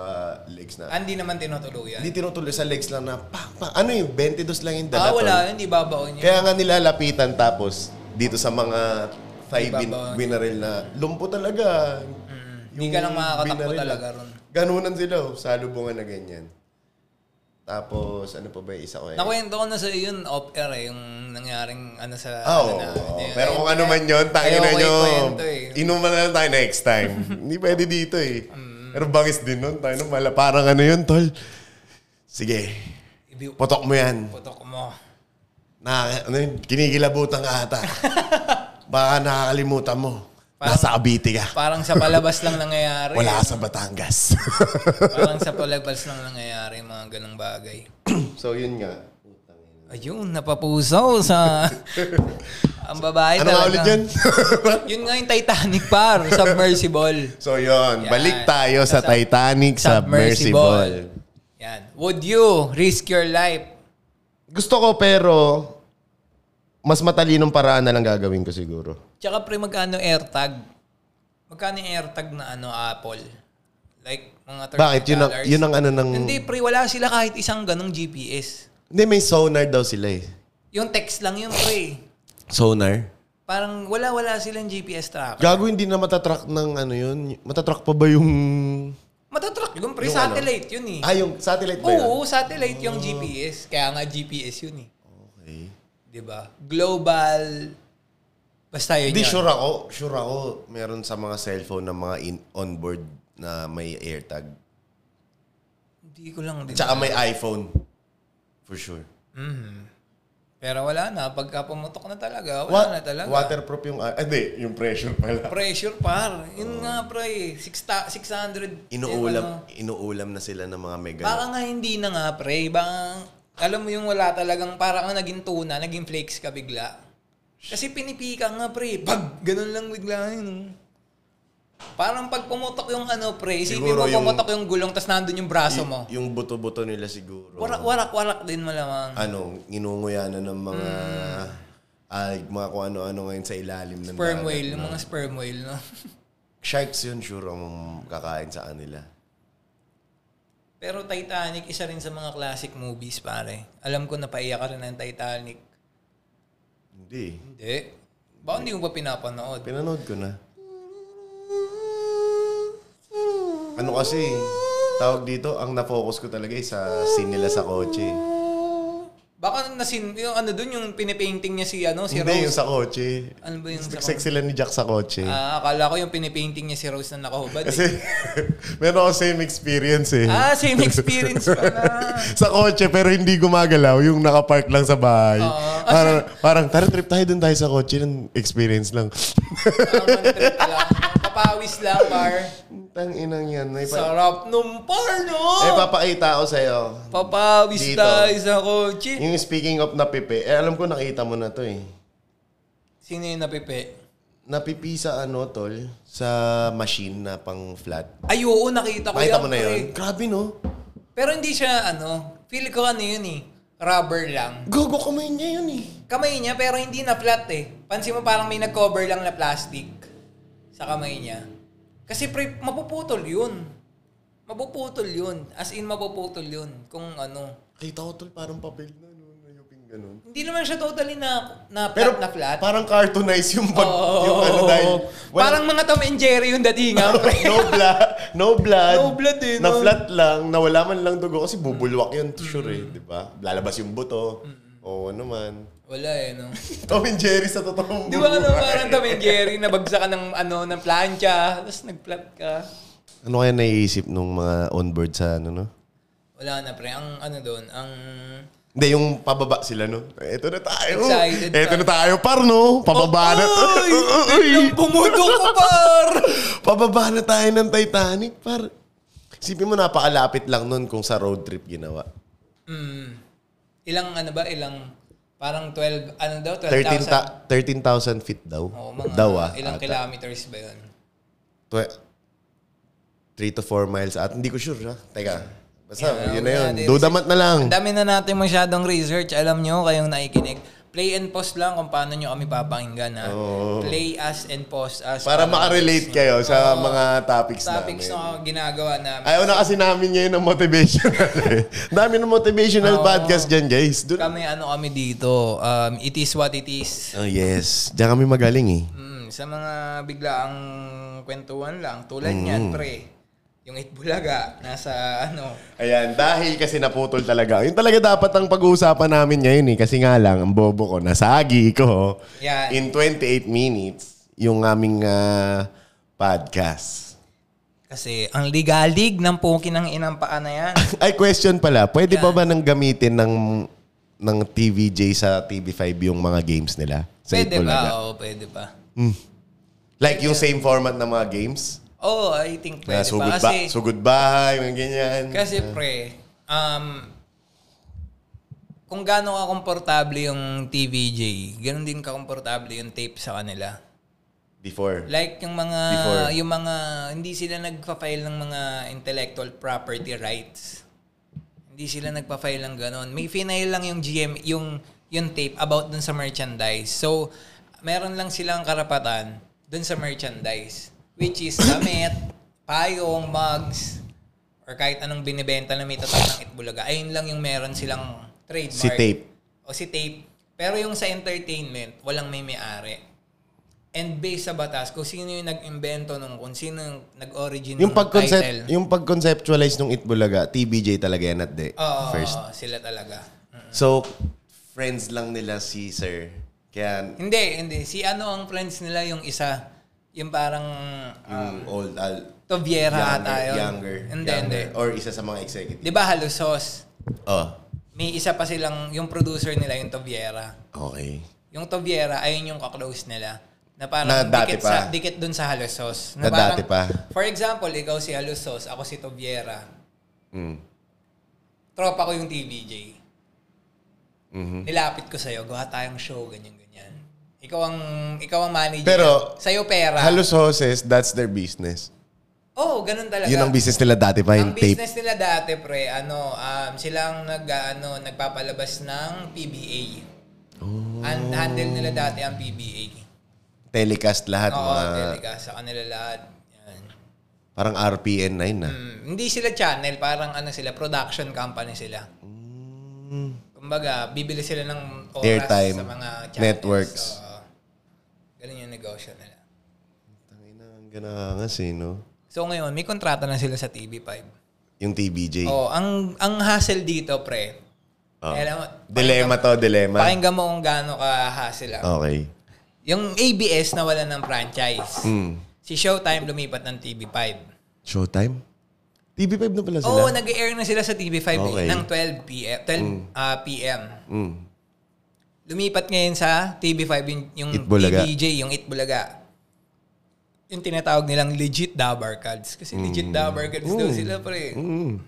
Speaker 1: legs na.
Speaker 2: Ah, Hindi naman tinutuluyan.
Speaker 1: Hindi tinutuloy sa legs lang na, pa, pa, ano yun, 22 lang yung dala,
Speaker 2: Ah,
Speaker 1: tol.
Speaker 2: wala. Hindi babaon yun.
Speaker 1: Kaya nga nilalapitan, tapos dito sa mga thigh bin,
Speaker 2: Ibaba.
Speaker 1: binaril na, lumpo talaga.
Speaker 2: Hindi ka lang makakatakbo
Speaker 1: binaril na-
Speaker 2: talaga ron.
Speaker 1: Ganunan sila, oh, salubungan na ganyan. Tapos, ano pa ba yung isa ko eh?
Speaker 2: Nakwento ko na sa yun off-air eh, yung nangyaring ano sa...
Speaker 1: Ah, oo.
Speaker 2: ano na, hindi,
Speaker 1: Pero kung
Speaker 2: hindi,
Speaker 1: ano man yun, tangin
Speaker 2: ayaw
Speaker 1: na
Speaker 2: ko
Speaker 1: nyo.
Speaker 2: ikwento eh.
Speaker 1: Inuman na lang tayo next
Speaker 2: <laughs>
Speaker 1: time. Hindi pwede dito eh.
Speaker 2: Mm.
Speaker 1: Pero bangis din nun. Tayo nung mala. Parang ano yun, tol. Sige.
Speaker 2: Ibi-
Speaker 1: Potok mo yan.
Speaker 2: Putok mo.
Speaker 1: Na, ano yun, kinikilabutan ka <laughs> ata. Baka nakakalimutan mo. Nasa Cavite ka.
Speaker 2: Parang sa palabas lang nangyayari.
Speaker 1: Wala ka sa Batangas.
Speaker 2: Parang sa palabas lang nangyayari yung mga ganong bagay.
Speaker 1: <laughs> so, yun nga.
Speaker 2: Ayun, napapusaw
Speaker 1: <laughs>
Speaker 2: sa... ang babae
Speaker 1: Ano nga
Speaker 2: talaga.
Speaker 1: ulit yun?
Speaker 2: <laughs> Yun nga yung Titanic par, submersible.
Speaker 1: so, yun.
Speaker 2: Yan.
Speaker 1: Balik tayo sa Titanic Submersible.
Speaker 2: Yan. Would you risk your life?
Speaker 1: Gusto ko pero mas matalinong paraan na lang gagawin ko siguro.
Speaker 2: Tsaka pre, magkano AirTag? Magkano yung AirTag na ano, Apple? Like, mga 30
Speaker 1: Bakit? Yun ang, yun ang ano ng...
Speaker 2: Hindi pre, wala sila kahit isang ganong GPS.
Speaker 1: Hindi, may sonar daw sila eh.
Speaker 2: Yung text lang yun pre.
Speaker 1: Sonar?
Speaker 2: Parang wala-wala silang GPS tracker.
Speaker 1: Gago, hindi na matatrack ng ano yun. Matatrack pa ba yung... <laughs>
Speaker 2: Matatrack yun pre,
Speaker 1: Yung ano?
Speaker 2: satellite yun eh.
Speaker 1: Ah, yung satellite ba yun?
Speaker 2: Oo, satellite yung GPS. Kaya nga GPS yun eh.
Speaker 1: Okay.
Speaker 2: Di ba? Global. Basta yun
Speaker 1: Hindi,
Speaker 2: yun.
Speaker 1: sure ako. Sure ako, meron sa mga cellphone ng mga in, onboard na may AirTag.
Speaker 2: Hindi ko lang din.
Speaker 1: Tsaka may iPhone. For sure.
Speaker 2: Mhm. Pero wala na. Pagka pumutok na talaga, wala na
Speaker 1: Wa-
Speaker 2: talaga.
Speaker 1: Waterproof yung... ah, Hindi, yung pressure pala.
Speaker 2: Pressure par. Yun nga, pre. Sixta- 600. yun, ano.
Speaker 1: Inuulam, inuulam na sila ng mga mega.
Speaker 2: Baka nga hindi na nga, pre. Baka, alam mo yung wala talagang, para kang naging tuna, naging flakes ka bigla. Kasi pinipika nga, pre. Pag, ganun lang bigla yun. Parang pag pumutok yung ano, pre. Isipin
Speaker 1: Siguro
Speaker 2: mo
Speaker 1: yung-
Speaker 2: pumutok yung gulong, tas nandun yung braso mo.
Speaker 1: Yung buto-buto nila siguro.
Speaker 2: Warak-warak-warak din malamang.
Speaker 1: ano, inunguya na ng mga ay, mga kung ano-ano ngayon sa ilalim ng
Speaker 2: Hmm. Sperm
Speaker 1: dagat.
Speaker 2: whale, yung mga sperm whale, no? <laughs>
Speaker 1: Sharks yun, sure ang kakain sa kanila.
Speaker 2: Pero Titanic, isa rin sa mga classic movies, pare. Alam ko, napaiyak ka rin ng Titanic.
Speaker 1: Hindi.
Speaker 2: Hindi. Baka hindi mo pa pinapanood.
Speaker 1: Pinanood ko na. Ano kasi, tawag dito, ang na-focus ko talaga eh, sa scene nila sa kotse.
Speaker 2: Baka nasin, yung ano dun, yung pinipainting niya si, ano, si
Speaker 1: Hindi, yung
Speaker 2: Rose.
Speaker 1: sa kotse.
Speaker 2: Ano ba yung sa...
Speaker 1: Siksik sila ni Jack sa kotse.
Speaker 2: Ah, akala ko yung pinipainting niya si Rose na nakahubad. eh.
Speaker 1: Kasi, <laughs> meron ako same experience eh.
Speaker 2: Ah, same
Speaker 1: <laughs>
Speaker 2: experience pala.
Speaker 1: sa kotse pero hindi gumagalaw yung nakapark lang sa bahay.
Speaker 2: Oo.
Speaker 1: parang, parang tara trip tayo dun tayo sa kotse ng experience lang.
Speaker 2: Parang trip lang. Kapawis lang, par.
Speaker 1: Tang inang yan. May pa-
Speaker 2: Sarap nung par,
Speaker 1: eh,
Speaker 2: no?
Speaker 1: papakita ako sa'yo.
Speaker 2: Papawis
Speaker 1: Dito.
Speaker 2: tayo sa kotse.
Speaker 1: Yung speaking of napipi, eh alam ko nakita mo na to eh.
Speaker 2: Sino yung napipe?
Speaker 1: Napipi sa ano tol, sa machine na pang flat.
Speaker 2: Ay, oo, nakita ko
Speaker 1: Nakita
Speaker 2: yan,
Speaker 1: mo na
Speaker 2: pre.
Speaker 1: yun? Grabe no?
Speaker 2: Pero hindi siya, ano, feel ko ano yun eh, rubber lang.
Speaker 1: Gogo kamay niya yun eh.
Speaker 2: Kamay niya pero hindi na flat eh. Pansin mo parang may nag-cover lang na plastic sa kamay niya. Kasi pre, mapuputol yun. Mapuputol yun. As in, mapuputol yun. Kung ano.
Speaker 1: Kita ko tol, parang papel na no, nayuping ganun.
Speaker 2: Hindi naman siya totally na, na flat
Speaker 1: Pero
Speaker 2: na flat.
Speaker 1: parang cartoonized yung pag,
Speaker 2: Oo.
Speaker 1: yung ano dahil. walang-
Speaker 2: parang mga Tom and Jerry yung
Speaker 1: <laughs>
Speaker 2: datingan. pre.
Speaker 1: no blood. No blood.
Speaker 2: No blood eh,
Speaker 1: Na
Speaker 2: no?
Speaker 1: flat lang, nawala man lang dugo kasi bubulwak yun. Sure eh, di ba? Lalabas yung buto. Oo ano man.
Speaker 2: Wala eh, no?
Speaker 1: <laughs> Tom and Jerry sa totoong
Speaker 2: Di ba ano,
Speaker 1: buhay.
Speaker 2: parang Tom and Jerry, nabagsakan ng, ano, ng plancha, tapos nag-flat ka.
Speaker 1: Ano kaya naiisip nung mga onboard sa ano, no?
Speaker 2: Wala na pre. Ang ano doon, ang...
Speaker 1: Hindi, yung pababa sila, no? Eto na tayo. Eto
Speaker 2: Excited ka. Oh,
Speaker 1: na tayo, par, no? Pababa na.
Speaker 2: Ay!
Speaker 1: Uy!
Speaker 2: Biglang pumutok ko par!
Speaker 1: <laughs> Pababa na tayo ng Titanic, par. Isipin mo, napaalapit lang nun kung sa road trip ginawa.
Speaker 2: Mm. Ilang ano ba, ilang... Parang 12, ano daw,
Speaker 1: 13,000
Speaker 2: 12,000.
Speaker 1: ta- 13,000 feet daw.
Speaker 2: Oo, mga
Speaker 1: daw, ah,
Speaker 2: ilang
Speaker 1: ata.
Speaker 2: kilometers ba yun?
Speaker 1: tw- three to four miles at hindi ko sure ha. Teka, basta
Speaker 2: Yeah,
Speaker 1: yun na
Speaker 2: wala
Speaker 1: yun.
Speaker 2: din.
Speaker 1: Dudamat na lang.
Speaker 2: Ang dami na natin masyadong research. Alam nyo, kayong nakikinig. Play and pause lang kung paano nyo kami papakinggan. Ha? Play us and pause us.
Speaker 1: Para makarelate kayo sa mga topics,
Speaker 2: topics
Speaker 1: namin.
Speaker 2: na ginagawa namin.
Speaker 1: Ayaw na kasi namin ngayon ng motivational. <laughs> eh. Dami ng motivational podcast dyan, guys. Dun-
Speaker 2: Kami ano kami dito. Um, it is what it is.
Speaker 1: Oh, yes. Diyan kami magaling eh.
Speaker 2: Mm, sa mga biglaang kwentuhan lang. Tulad
Speaker 1: Mm.
Speaker 2: niyan, pre. Yung Itbulaga, nasa ano,
Speaker 1: Ayan, dahil kasi naputol talaga. Yun talaga dapat ang pag-uusapan namin ngayon eh. Kasi nga lang, ang bobo ko, nasagi ko
Speaker 2: Yan.
Speaker 1: in 28 minutes yung aming ah, podcast. <laughs>
Speaker 2: Kasi ang ligalig ng puki ng inang paa na yan.
Speaker 1: Ay, question pala. Pwede ba ba nang gamitin ng ng TVJ sa TV5 yung mga games nila? Sa
Speaker 2: pwede ba?
Speaker 1: Itbulaga?
Speaker 2: Oo, pwede ba?
Speaker 1: Like yung same format ng mga games?
Speaker 2: Oo, oh, I think
Speaker 1: Na
Speaker 2: pwede
Speaker 1: sugod,
Speaker 2: pa.
Speaker 1: ba,
Speaker 2: Kasi,
Speaker 1: sugod bahay, mga ganyan.
Speaker 2: kasi pre, um, kung gaano ka komportable yung TVJ, ganun din ka komportable yung tape sa kanila.
Speaker 1: Before.
Speaker 2: Like yung mga
Speaker 1: Before.
Speaker 2: yung mga hindi sila nagpa-file ng mga intellectual property rights. Hindi sila nagpa-file ng ganun. May final lang yung GM yung yung tape about dun sa merchandise. So meron lang silang karapatan dun sa merchandise which is damit, <coughs> payong, mugs or kahit anong binibenta na may tatak ng Itbulaga. Ayun lang yung meron silang trademark.
Speaker 1: Si tape.
Speaker 2: O si tape. Pero yung sa entertainment, walang may may-ari. And based sa batas, kung sino yung nag-invento nung, kung sino yung nag-origin
Speaker 1: Yung
Speaker 2: ng Mm-hmm. title.
Speaker 1: pag-concept, yung pag-conceptualize ng Itbulaga, TBJ talaga yan at de.
Speaker 2: Oo,
Speaker 1: First.
Speaker 2: sila talaga.
Speaker 1: So, friends lang nila si Sir. Kaya,
Speaker 2: Hindi, hindi. Si ano ang friends nila, yung isa, yung parang uh,
Speaker 1: um, old, al,
Speaker 2: Toviera
Speaker 1: younger,
Speaker 2: ata yun.
Speaker 1: younger,
Speaker 2: Hindi,
Speaker 1: younger,
Speaker 2: hindi.
Speaker 1: Or isa sa mga executive.
Speaker 2: Di ba halos sos?
Speaker 1: Oh,
Speaker 2: May isa pa silang, yung producer nila, yung Toviera.
Speaker 1: okay.
Speaker 2: Yung Toviera, ayun yung kaklose nila. Na parang
Speaker 1: Na dati
Speaker 2: dikit, sa,
Speaker 1: pa.
Speaker 2: dikit dun sa halos sos.
Speaker 1: Na dati pa.
Speaker 2: For example, ikaw si halos sos, ako si Toviera.
Speaker 1: Mm.
Speaker 2: tropa ko yung TVJ.
Speaker 1: Mhm.
Speaker 2: Nilapit ko sa'yo, gawa tayong show, ganyan, ganyan. Ikaw ang, ikaw ang manager.
Speaker 1: Pero-
Speaker 2: sa'yo pera.
Speaker 1: Halos hoses, that's their business.
Speaker 2: Oo, oh, ganun talaga.
Speaker 1: Yun ang business nila dati pa, yung
Speaker 2: Ang
Speaker 1: tape.
Speaker 2: business nila dati, pre, ano, um, silang nag, ano, nagpapalabas ng PBA.
Speaker 1: Oh.
Speaker 2: Ang handle nila dati ang PBA.
Speaker 1: Telecast lahat.
Speaker 2: Oo,
Speaker 1: mga,
Speaker 2: talaga. Sa kanila lahat. Yan.
Speaker 1: Parang RPN9 na.
Speaker 2: Mm, hindi sila channel, parang ano sila, production company sila. Hmm. Kumbaga, bibili sila ng oras
Speaker 1: Airtime,
Speaker 2: sa mga channels.
Speaker 1: networks.
Speaker 2: Oo. ganun yung negosyo nila.
Speaker 1: Tangina, ang ganangas eh, no?
Speaker 2: So ngayon, may kontrata na sila sa TV5.
Speaker 1: Yung TBJ.
Speaker 2: Oh, ang ang hassle dito, pre.
Speaker 1: Oh.
Speaker 2: Alam mo,
Speaker 1: Dilema to, dilema.
Speaker 2: Pakinggan mo kung gaano ka hassle. ah.
Speaker 1: Okay.
Speaker 2: Yung ABS nawala ng franchise.
Speaker 1: Mm.
Speaker 2: Si Showtime lumipat ng TV5.
Speaker 1: Showtime? TV5 na pala sila.
Speaker 2: Oo, nag-air na sila sa TV5 eh,
Speaker 1: Okay. Hmm.
Speaker 2: ng 12 p.m. 12 ah, p.m.
Speaker 1: mm.
Speaker 2: Lumipat ngayon sa TV5 yung, yung
Speaker 1: Itbulaga.
Speaker 2: TVJ, yung Itbulaga. Yung tinatawag nilang legit Dabar Cards. Kasi
Speaker 1: Hmm.
Speaker 2: legit Dabar Cards daw sila pre.
Speaker 1: Mm.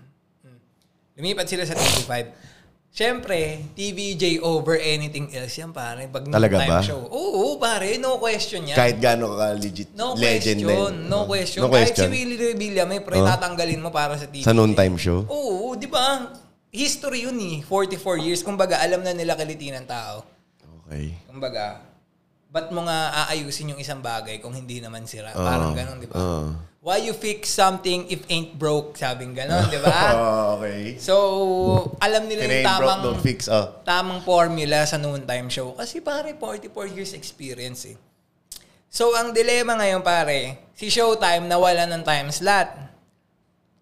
Speaker 2: Lumipat sila sa TV5. Siyempre, TVJ over anything else yan pare. Pag
Speaker 1: Talaga
Speaker 2: time
Speaker 1: ba?
Speaker 2: show. Oo, pare. No question yan.
Speaker 1: Kahit gaano ka legit
Speaker 2: no
Speaker 1: legend
Speaker 2: question.
Speaker 1: na Oh.
Speaker 2: No question.
Speaker 1: No
Speaker 2: Kahit
Speaker 1: question. Oh.
Speaker 2: si Willie Ray Villa, may pre, tatanggalin mo para sa TVJ.
Speaker 1: Sa noon time show?
Speaker 2: Oo, di ba? History yun eh. 44 years. Kumbaga, alam na nila kaliti ng tao.
Speaker 1: Okay.
Speaker 2: Kumbaga, ba't mo nga aayusin yung isang bagay kung hindi naman sira?
Speaker 1: Ah. Oo.
Speaker 2: Parang ganun, di ba?
Speaker 1: Oo.
Speaker 2: Why you fix something if ain't broke? Sabing ganun, di ba?
Speaker 1: Oh, okay.
Speaker 2: So, alam nila
Speaker 1: Kinain
Speaker 2: yung
Speaker 1: broke,
Speaker 2: tamang,
Speaker 1: don't fix. Oh.
Speaker 2: tamang formula sa noontime show. Kasi pare, 44 years experience eh. So, ang dilema ngayon pare, si Showtime nawala ng time slot.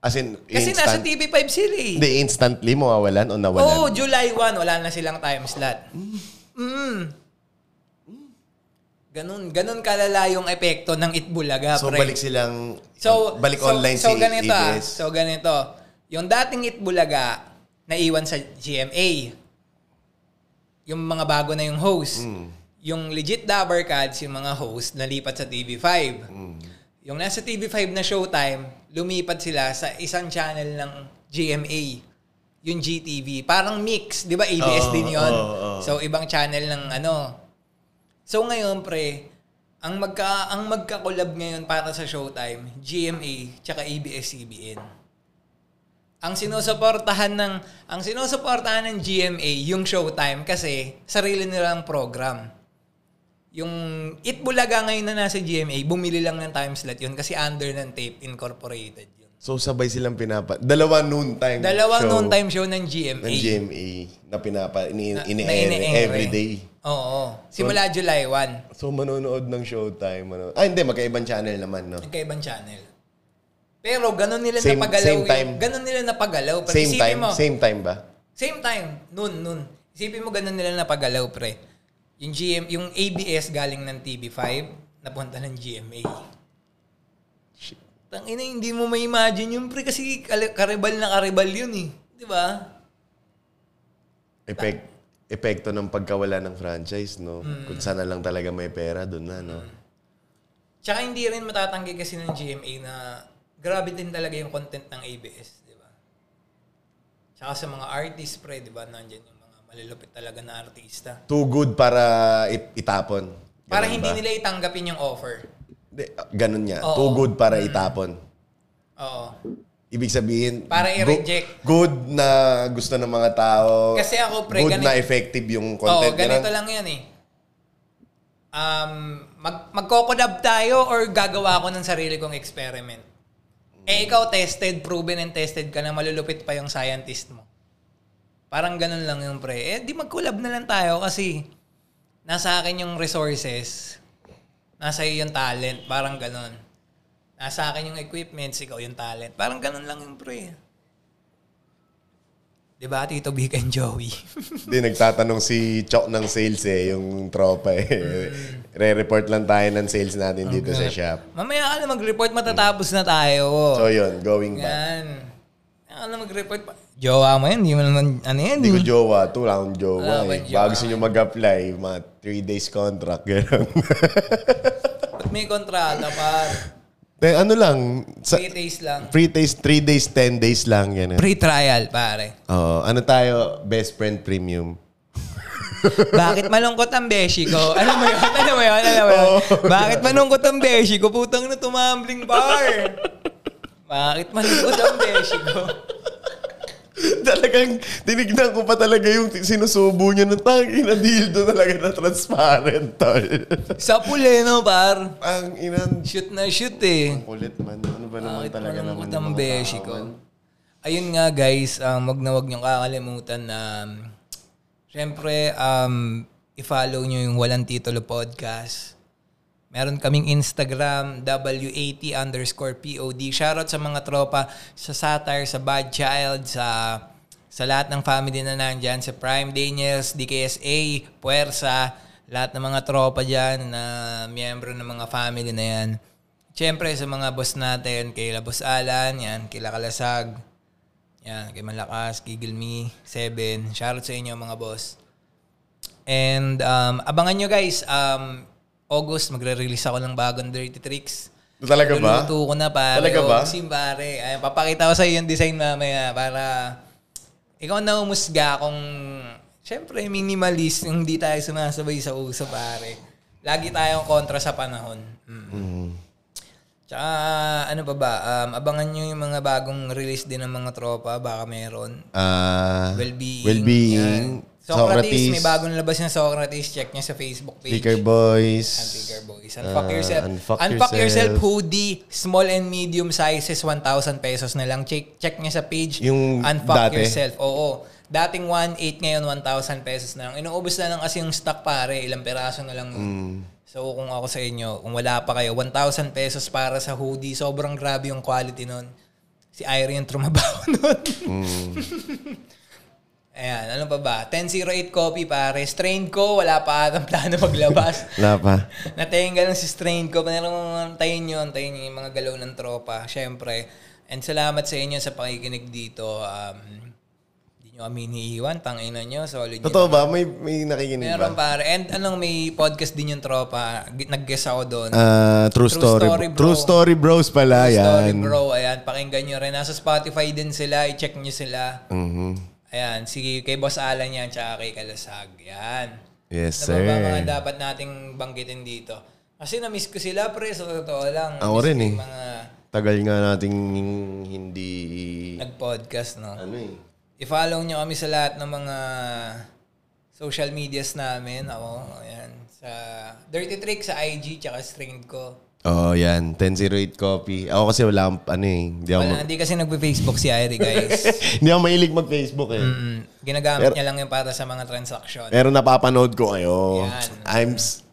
Speaker 1: As in,
Speaker 2: Kasi
Speaker 1: instant.
Speaker 2: nasa TV5 sila eh.
Speaker 1: Hindi, instantly mawawalan o nawalan.
Speaker 2: Oo, Oh, July 1, wala na silang time slot. Mm. Ganun, ganun kalala yung epekto ng Itbulaga,
Speaker 1: so,
Speaker 2: pre.
Speaker 1: balik silang,
Speaker 2: So,
Speaker 1: balik
Speaker 2: so-
Speaker 1: online
Speaker 2: so
Speaker 1: si E
Speaker 2: ganito, ah.
Speaker 1: ABS.
Speaker 2: So ganito, yung dating Itbulaga, naiwan sa GMA. Yung mga bago na yung
Speaker 1: Mm.
Speaker 2: host. Yung legit Dabber Cats, yung mga host, nalipat sa TV5.
Speaker 1: Mm.
Speaker 2: Yung nasa TV5 na showtime, lumipat sila sa isang channel ng GMA. Yung GTV. Parang mix, di ba? ABS
Speaker 1: Oo,
Speaker 2: din yon
Speaker 1: oo, oo.
Speaker 2: So, ibang channel ng ano. So, ngayon, pre, Ang magka ang magka-collab ngayon para sa Showtime, GMA tsaka ABS-CBN. Ang sinusuportahan ng ang sinusuportahan ng GMA yung Showtime kasi sarili nilang program. Yung It Bulaga ngayon na nasa GMA, bumili lang ng time slot yun kasi under ng Tape Incorporated yun.
Speaker 1: So sabay silang pinapa... Dalawa noontime
Speaker 2: Dalawang
Speaker 1: show
Speaker 2: noon time show ng GMA.
Speaker 1: ng GMA na pinapa... Ini,
Speaker 2: na-
Speaker 1: ini,
Speaker 2: na ine-air.
Speaker 1: every day.
Speaker 2: Oo. Simula July 1.
Speaker 1: So manonood ng Showtime. Manonood. Ah, hindi. Magkaibang channel naman, no?
Speaker 2: Nagkaibang channel. Pero ganun nila
Speaker 1: Same-
Speaker 2: napagalaw.
Speaker 1: same
Speaker 2: yun.
Speaker 1: time.
Speaker 2: Ganun nila napagalaw. Pero
Speaker 1: Same
Speaker 2: isipin
Speaker 1: time?
Speaker 2: Mo, same.
Speaker 1: Same time ba?
Speaker 2: time. Noon, noon. Isipin mo ganun nila napagalaw, pre. Yung, GM, yung ABS galing ng TV5, napunta ng GMA.
Speaker 1: Shit.
Speaker 2: Tangina, hindi mo ma-imagine yun, pre. Kasi kal- karibal na karibal yun, eh. Di ba?
Speaker 1: Epek, epekto ng pagkawala ng franchise, no? Kung saan na lang talaga may pera, doon na, no?
Speaker 2: Tsaka hindi rin matatanggi kasi ng GMA na grabe din talaga yung content ng ABS, di ba? Tsaka sa mga artist, pre, di ba? Nandiyan yung mga malulupit talaga na artista.
Speaker 1: Too good para it- itapon. Ganun
Speaker 2: Para hindi
Speaker 1: ba?
Speaker 2: nila itanggapin yung offer.
Speaker 1: Hindi, ah, Ganun niya.
Speaker 2: Oo. Mm.
Speaker 1: Too good para itapon.
Speaker 2: Oo.
Speaker 1: Ibig sabihin,
Speaker 2: Para
Speaker 1: go-
Speaker 2: i-reject.
Speaker 1: good na gusto ng mga tao.
Speaker 2: Kasi ako, pre,
Speaker 1: Oh, Good
Speaker 2: ganito-
Speaker 1: na effective yung
Speaker 2: Oo,
Speaker 1: content.
Speaker 2: ganito
Speaker 1: ganun.
Speaker 2: lang yan eh. Um, mag magkokodab tayo or gagawa ako ng sarili kong experiment. Eh ikaw tested, proven and tested ka na malulupit pa yung scientist mo. Parang ganun lang yung pre. Eh di mag-collab na lang tayo kasi nasa akin yung resources, nasa iyo yung talent, parang ganun. Nasa akin yung equipments, ikaw yung talent. Parang ganun lang yung pre. Diba, Tito Big and Joey? <laughs>
Speaker 1: Hindi, nagtatanong si Chok ng sales eh, yung tropa
Speaker 2: Mm.
Speaker 1: eh. Re-report lang tayo ng sales
Speaker 2: Oh,
Speaker 1: natin dito sa shop.
Speaker 2: Mamaya ka na mag-report, matatapos na tayo.
Speaker 1: So yun, going back.
Speaker 2: Yan. Mamaya ka na mag-report. pa- Jowa mo yun, hindi mo naman, ano yan?
Speaker 1: Hindi ko jowa. Ito lang akong jowa.
Speaker 2: Wala
Speaker 1: eh.
Speaker 2: akong jowa.
Speaker 1: Bago sa inyo mag-apply, mga 3 days contract. Ganun. <laughs>
Speaker 2: Ba't may kontrata, par?
Speaker 1: Then, ano lang, sa,
Speaker 2: Three days lang.
Speaker 1: free days, 3 days, 10 days lang. Ganun.
Speaker 2: Pre-trial, pare.
Speaker 1: Oo. ano tayo? Best friend premium. <laughs>
Speaker 2: Bakit malungkot ang beshi ko? Alam mo yun? Alam mo yun? Alam mo
Speaker 1: <laughs>
Speaker 2: yun? Bakit malungkot ang beshi ko? Putang na tumambling, par. Bakit malungkot ang beshi ko?
Speaker 1: Talagang tinignan ko pa talaga yung t- sinusubo niya ng tangin na dildo talaga na transparent. Tol. <laughs>
Speaker 2: Sa puleno, par.
Speaker 1: Ang inan.
Speaker 2: Shoot na shoot eh.
Speaker 1: Kulit man. Ano ba naman
Speaker 2: Bakit
Speaker 1: talaga
Speaker 2: Ah, parang
Speaker 1: naman
Speaker 2: utang
Speaker 1: yung mga
Speaker 2: beshi
Speaker 1: tao,
Speaker 2: ko?
Speaker 1: man?
Speaker 2: Ayun nga guys, um, wag na wag niyong kakalimutan na um, syempre um, i-follow niyo yung Walang Titulo Podcast. Meron kaming Instagram, W80 underscore POD. Shoutout sa mga tropa, sa Satire, sa Bad Child, sa sa lahat ng family na nandyan, sa Prime Daniels, DKSA, Puersa, lahat ng mga tropa dyan na miyembro ng mga family na yan. Siyempre sa mga boss natin, kay Labos Alan, yan, kay Lakalasag, yan, kay Malakas, kay Gilmi, Seven. Shoutout sa inyo mga boss. And um, abangan nyo guys, um, August, magre-release ako ng bagong Dirty Tricks.
Speaker 1: Talaga ba?
Speaker 2: Luluto ko na pare.
Speaker 1: Talaga
Speaker 2: Oo,
Speaker 1: ba?
Speaker 2: Sim pare. Ay, papakita ko sa iyo yung design mamaya para ikaw na umusga kung syempre minimalist yung di tayo sumasabay sa uso pare. Lagi tayong kontra sa panahon. Mm.
Speaker 1: Hmm.
Speaker 2: Tsaka ano pa ba, um, abangan nyo yung mga bagong release din ng mga tropa. Baka meron.
Speaker 1: Ah,
Speaker 2: Well-being.
Speaker 1: Well-being.
Speaker 2: Yan. Socrates,
Speaker 1: Socrates.
Speaker 2: May bagong labas yung Socrates. Check niya sa Facebook page.
Speaker 1: Ticker Boys.
Speaker 2: And Bigger Boys. Unfuck
Speaker 1: Ah,
Speaker 2: yourself.
Speaker 1: unfuck
Speaker 2: yourself.
Speaker 1: yourself.
Speaker 2: hoodie. Small and medium sizes, 1,000 pesos na lang. Check, check niya sa page.
Speaker 1: Yung
Speaker 2: Unfuck
Speaker 1: dati?
Speaker 2: yourself. Oo. Dating 1,800 ngayon, 1,000 pesos na lang. Inuubos na lang kasi yung stock pare. Ilang peraso na lang. yun.
Speaker 1: Mm.
Speaker 2: So kung ako sa inyo, kung wala pa kayo, 1,000 pesos para sa hoodie. Sobrang grabe yung quality nun. Si Irene yung trumabaho <laughs> nun.
Speaker 1: Mm.
Speaker 2: Ayan, ano pa ba? 1008 copy pare. Strained ko, wala pa atang plano maglabas.
Speaker 1: Wala pa.
Speaker 2: Natayin lang si strain ko. Pero antayin nyo, antayin nyo yung mga galaw ng tropa. Siyempre. And salamat sa inyo sa pakikinig dito. Um, hindi nyo kami iniiwan. Tangina nyo. Solid nyo.
Speaker 1: Totoo ba? May, may nakikinig ba?
Speaker 2: Meron pare. And anong may podcast din yung tropa. G- Nag-guest ako doon.
Speaker 1: Ah, true,
Speaker 2: True
Speaker 1: story.
Speaker 2: Story Bro.
Speaker 1: True story bros pala
Speaker 2: True
Speaker 1: yan.
Speaker 2: Story bro. Ayan. Pakinggan nyo rin. Nasa Spotify din sila. I-check nyo sila.
Speaker 1: Mhm.
Speaker 2: Ayan. Sige. Kay Boss Alan yan. Tsaka kay Kalasag. Yan.
Speaker 1: Yes,
Speaker 2: Ano
Speaker 1: sir.
Speaker 2: ba mga dapat nating banggitin dito? Kasi na-miss ko sila pre, sa totoo lang.
Speaker 1: Ako
Speaker 2: Miss
Speaker 1: rin
Speaker 2: ko
Speaker 1: eh.
Speaker 2: yung mga
Speaker 1: Tagal nga nating hindi...
Speaker 2: nag-podcast, no?
Speaker 1: Ano eh.
Speaker 2: I-follow nyo kami sa lahat ng mga social medias namin. Ako, ayan. Sa Dirty Trick sa IG, tsaka streamed ko.
Speaker 1: Oo, oh, yan. 1008 copy. Ako kasi wala akong, ano eh. Hindi ako,
Speaker 2: Wala,
Speaker 1: ma-
Speaker 2: hindi kasi nagpe-Facebook si Irie,
Speaker 1: <laughs>
Speaker 2: guys.
Speaker 1: hindi ako mahilig mag-Facebook eh.
Speaker 2: Mm, ginagamit niya lang yun para sa mga transaction.
Speaker 1: Pero napapanood ko kayo.
Speaker 2: Yan.
Speaker 1: I'm... s-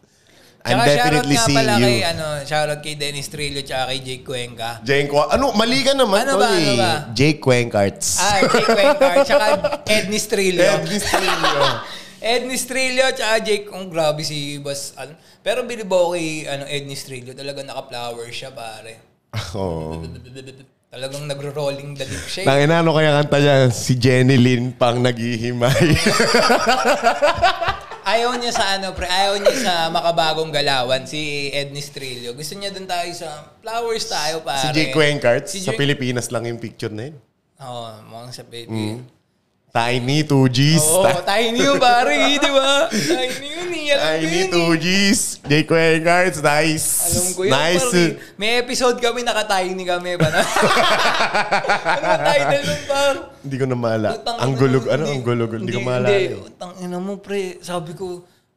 Speaker 1: I'm
Speaker 2: Tsaka
Speaker 1: definitely
Speaker 2: shoutout nga
Speaker 1: seeing
Speaker 2: pala
Speaker 1: you.
Speaker 2: kay, ano, shoutout kay Dennis Trillo tsaka kay Jake Cuenca.
Speaker 1: Jane Qua- Ano? Mali ka naman.
Speaker 2: Ano ba,
Speaker 1: tol,
Speaker 2: ano
Speaker 1: eh.
Speaker 2: ba?
Speaker 1: Jake Cuencarts.
Speaker 2: Ah, Jake Cuenca
Speaker 1: <laughs>
Speaker 2: tsaka Ednis Trillo.
Speaker 1: Ed <laughs> Distrillo.
Speaker 2: Ednis Trillo tsaka Jake, kung grabe si Boss. Ano, pero bilibaw kay ano, Ednis Trillo, talagang naka-flower siya pare.
Speaker 1: Oo.
Speaker 2: Talagang nagro-rolling the lip shape.
Speaker 1: Tangina, ano kaya kanta niya? Si Jenny Lynn pang naghihimay. <laughs>
Speaker 2: Ayaw niya sa ano, pre, ayaw niya sa makabagong galawan, si Ednis Trillo. Gusto niya dun tayo sa flowers tayo, pare.
Speaker 1: si Jake Cuencarts.
Speaker 2: Si
Speaker 1: Sa
Speaker 2: Jake-
Speaker 1: Pilipinas lang yung picture na yun.
Speaker 2: Oo, oh, mukhang sa
Speaker 1: Mm.
Speaker 2: baby.
Speaker 1: Tiny 2Gs.
Speaker 2: Oo, tiny yun,
Speaker 1: <laughs>
Speaker 2: pare, eh, di ba? Tiny yun, eh. Alam ko
Speaker 1: Tiny
Speaker 2: yun, eh.
Speaker 1: 2Gs. Jake Cuencarts. Nice.
Speaker 2: Alam ko yun,
Speaker 1: Nice.
Speaker 2: pare. May episode kami, naka-tiny kami
Speaker 1: <laughs>
Speaker 2: pa na. ano ang title nun, pare?
Speaker 1: Hindi ko na maala.
Speaker 2: Utang
Speaker 1: Ang
Speaker 2: ina
Speaker 1: gulog.
Speaker 2: mo,
Speaker 1: Ano?
Speaker 2: hindi-
Speaker 1: Ang gulog. Hindi ko maala.
Speaker 2: Hindi,
Speaker 1: Eh,
Speaker 2: utang ina mo, pre. Sabi ko,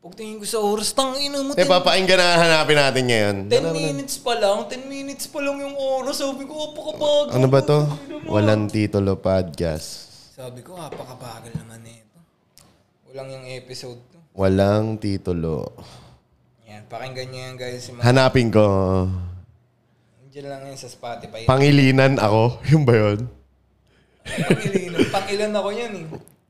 Speaker 2: pagtingin ko sa oras, tang ina mo.
Speaker 1: Eh,
Speaker 2: tin-
Speaker 1: papakinggan na hanapin natin ngayon.
Speaker 2: 10 minutes pa lang, 10 minutes pa lang yung oras. Sabi ko, apakabagal.
Speaker 1: Ano ba to? Walang titulo podcast.
Speaker 2: Sabi ko, apakabagal naman eh nito. Walang yung episode to.
Speaker 1: Walang titulo.
Speaker 2: Yan, pakinggan nyo yan guys. Yung mga,
Speaker 1: Hanapin ko.
Speaker 2: dyan lang yan sa Spotify.
Speaker 1: Pangilinan ako. <laughs> Yung ba yun?
Speaker 2: Pangilan, pangilan ako yan eh.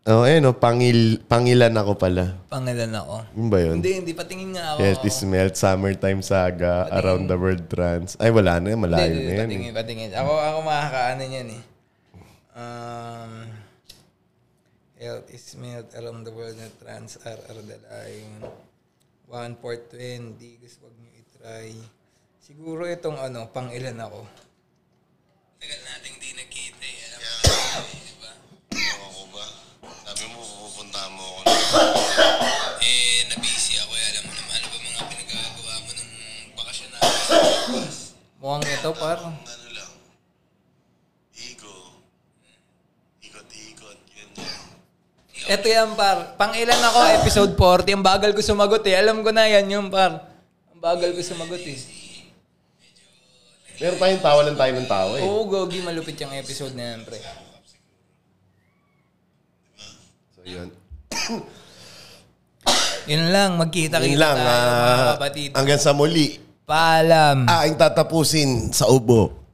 Speaker 1: Oo, oh, eh no. Pangil, pangilan ako pala.
Speaker 2: Pangilan ako.
Speaker 1: Yung ba yun?
Speaker 2: Hindi, hindi, patingin nga ako.
Speaker 1: Yes, this melt, summertime saga, around the world trans. Ay, wala na.
Speaker 2: Hindi,
Speaker 1: Malayo na yan.
Speaker 2: hindi,
Speaker 1: eh.
Speaker 2: patingin, patingin. Ako, ako makakaano yan eh. Um, health is melt around the world na trans are ardalayon. One for 20, guys, wag nyo itry. Siguro itong ano, pang ilan ako. Tagal natin di nakita eh. Alam mo na, eh, di ba?
Speaker 3: Ako ba? Sabi mo, pupunta mo ako. na-
Speaker 2: <coughs> Eh, nabisi ako eh. Alam mo naman, ano ba mga pinagagawa mo nung bakasyon na Mukhang ito, parang.
Speaker 3: Ano lang? Ego. Ikot-ikot. Yun yan.
Speaker 2: Ito yan, par. Pang ilan ako, episode 40. Ang bagal ko sumagot eh. Alam ko na yan yung, par. Ang bagal ko sumagot eh.
Speaker 1: Meron tayong tawa lang tayo ng tawa eh.
Speaker 2: Oo, Gogi, malupit yung episode na yan, pre.
Speaker 1: So, yun.
Speaker 2: Yun lang, magkita-kita
Speaker 1: Yun lang.
Speaker 2: tayo, mga
Speaker 1: ah,
Speaker 2: kapatid.
Speaker 1: hanggang sa muli.
Speaker 2: Paalam.
Speaker 1: Aing tatapusin sa ubo.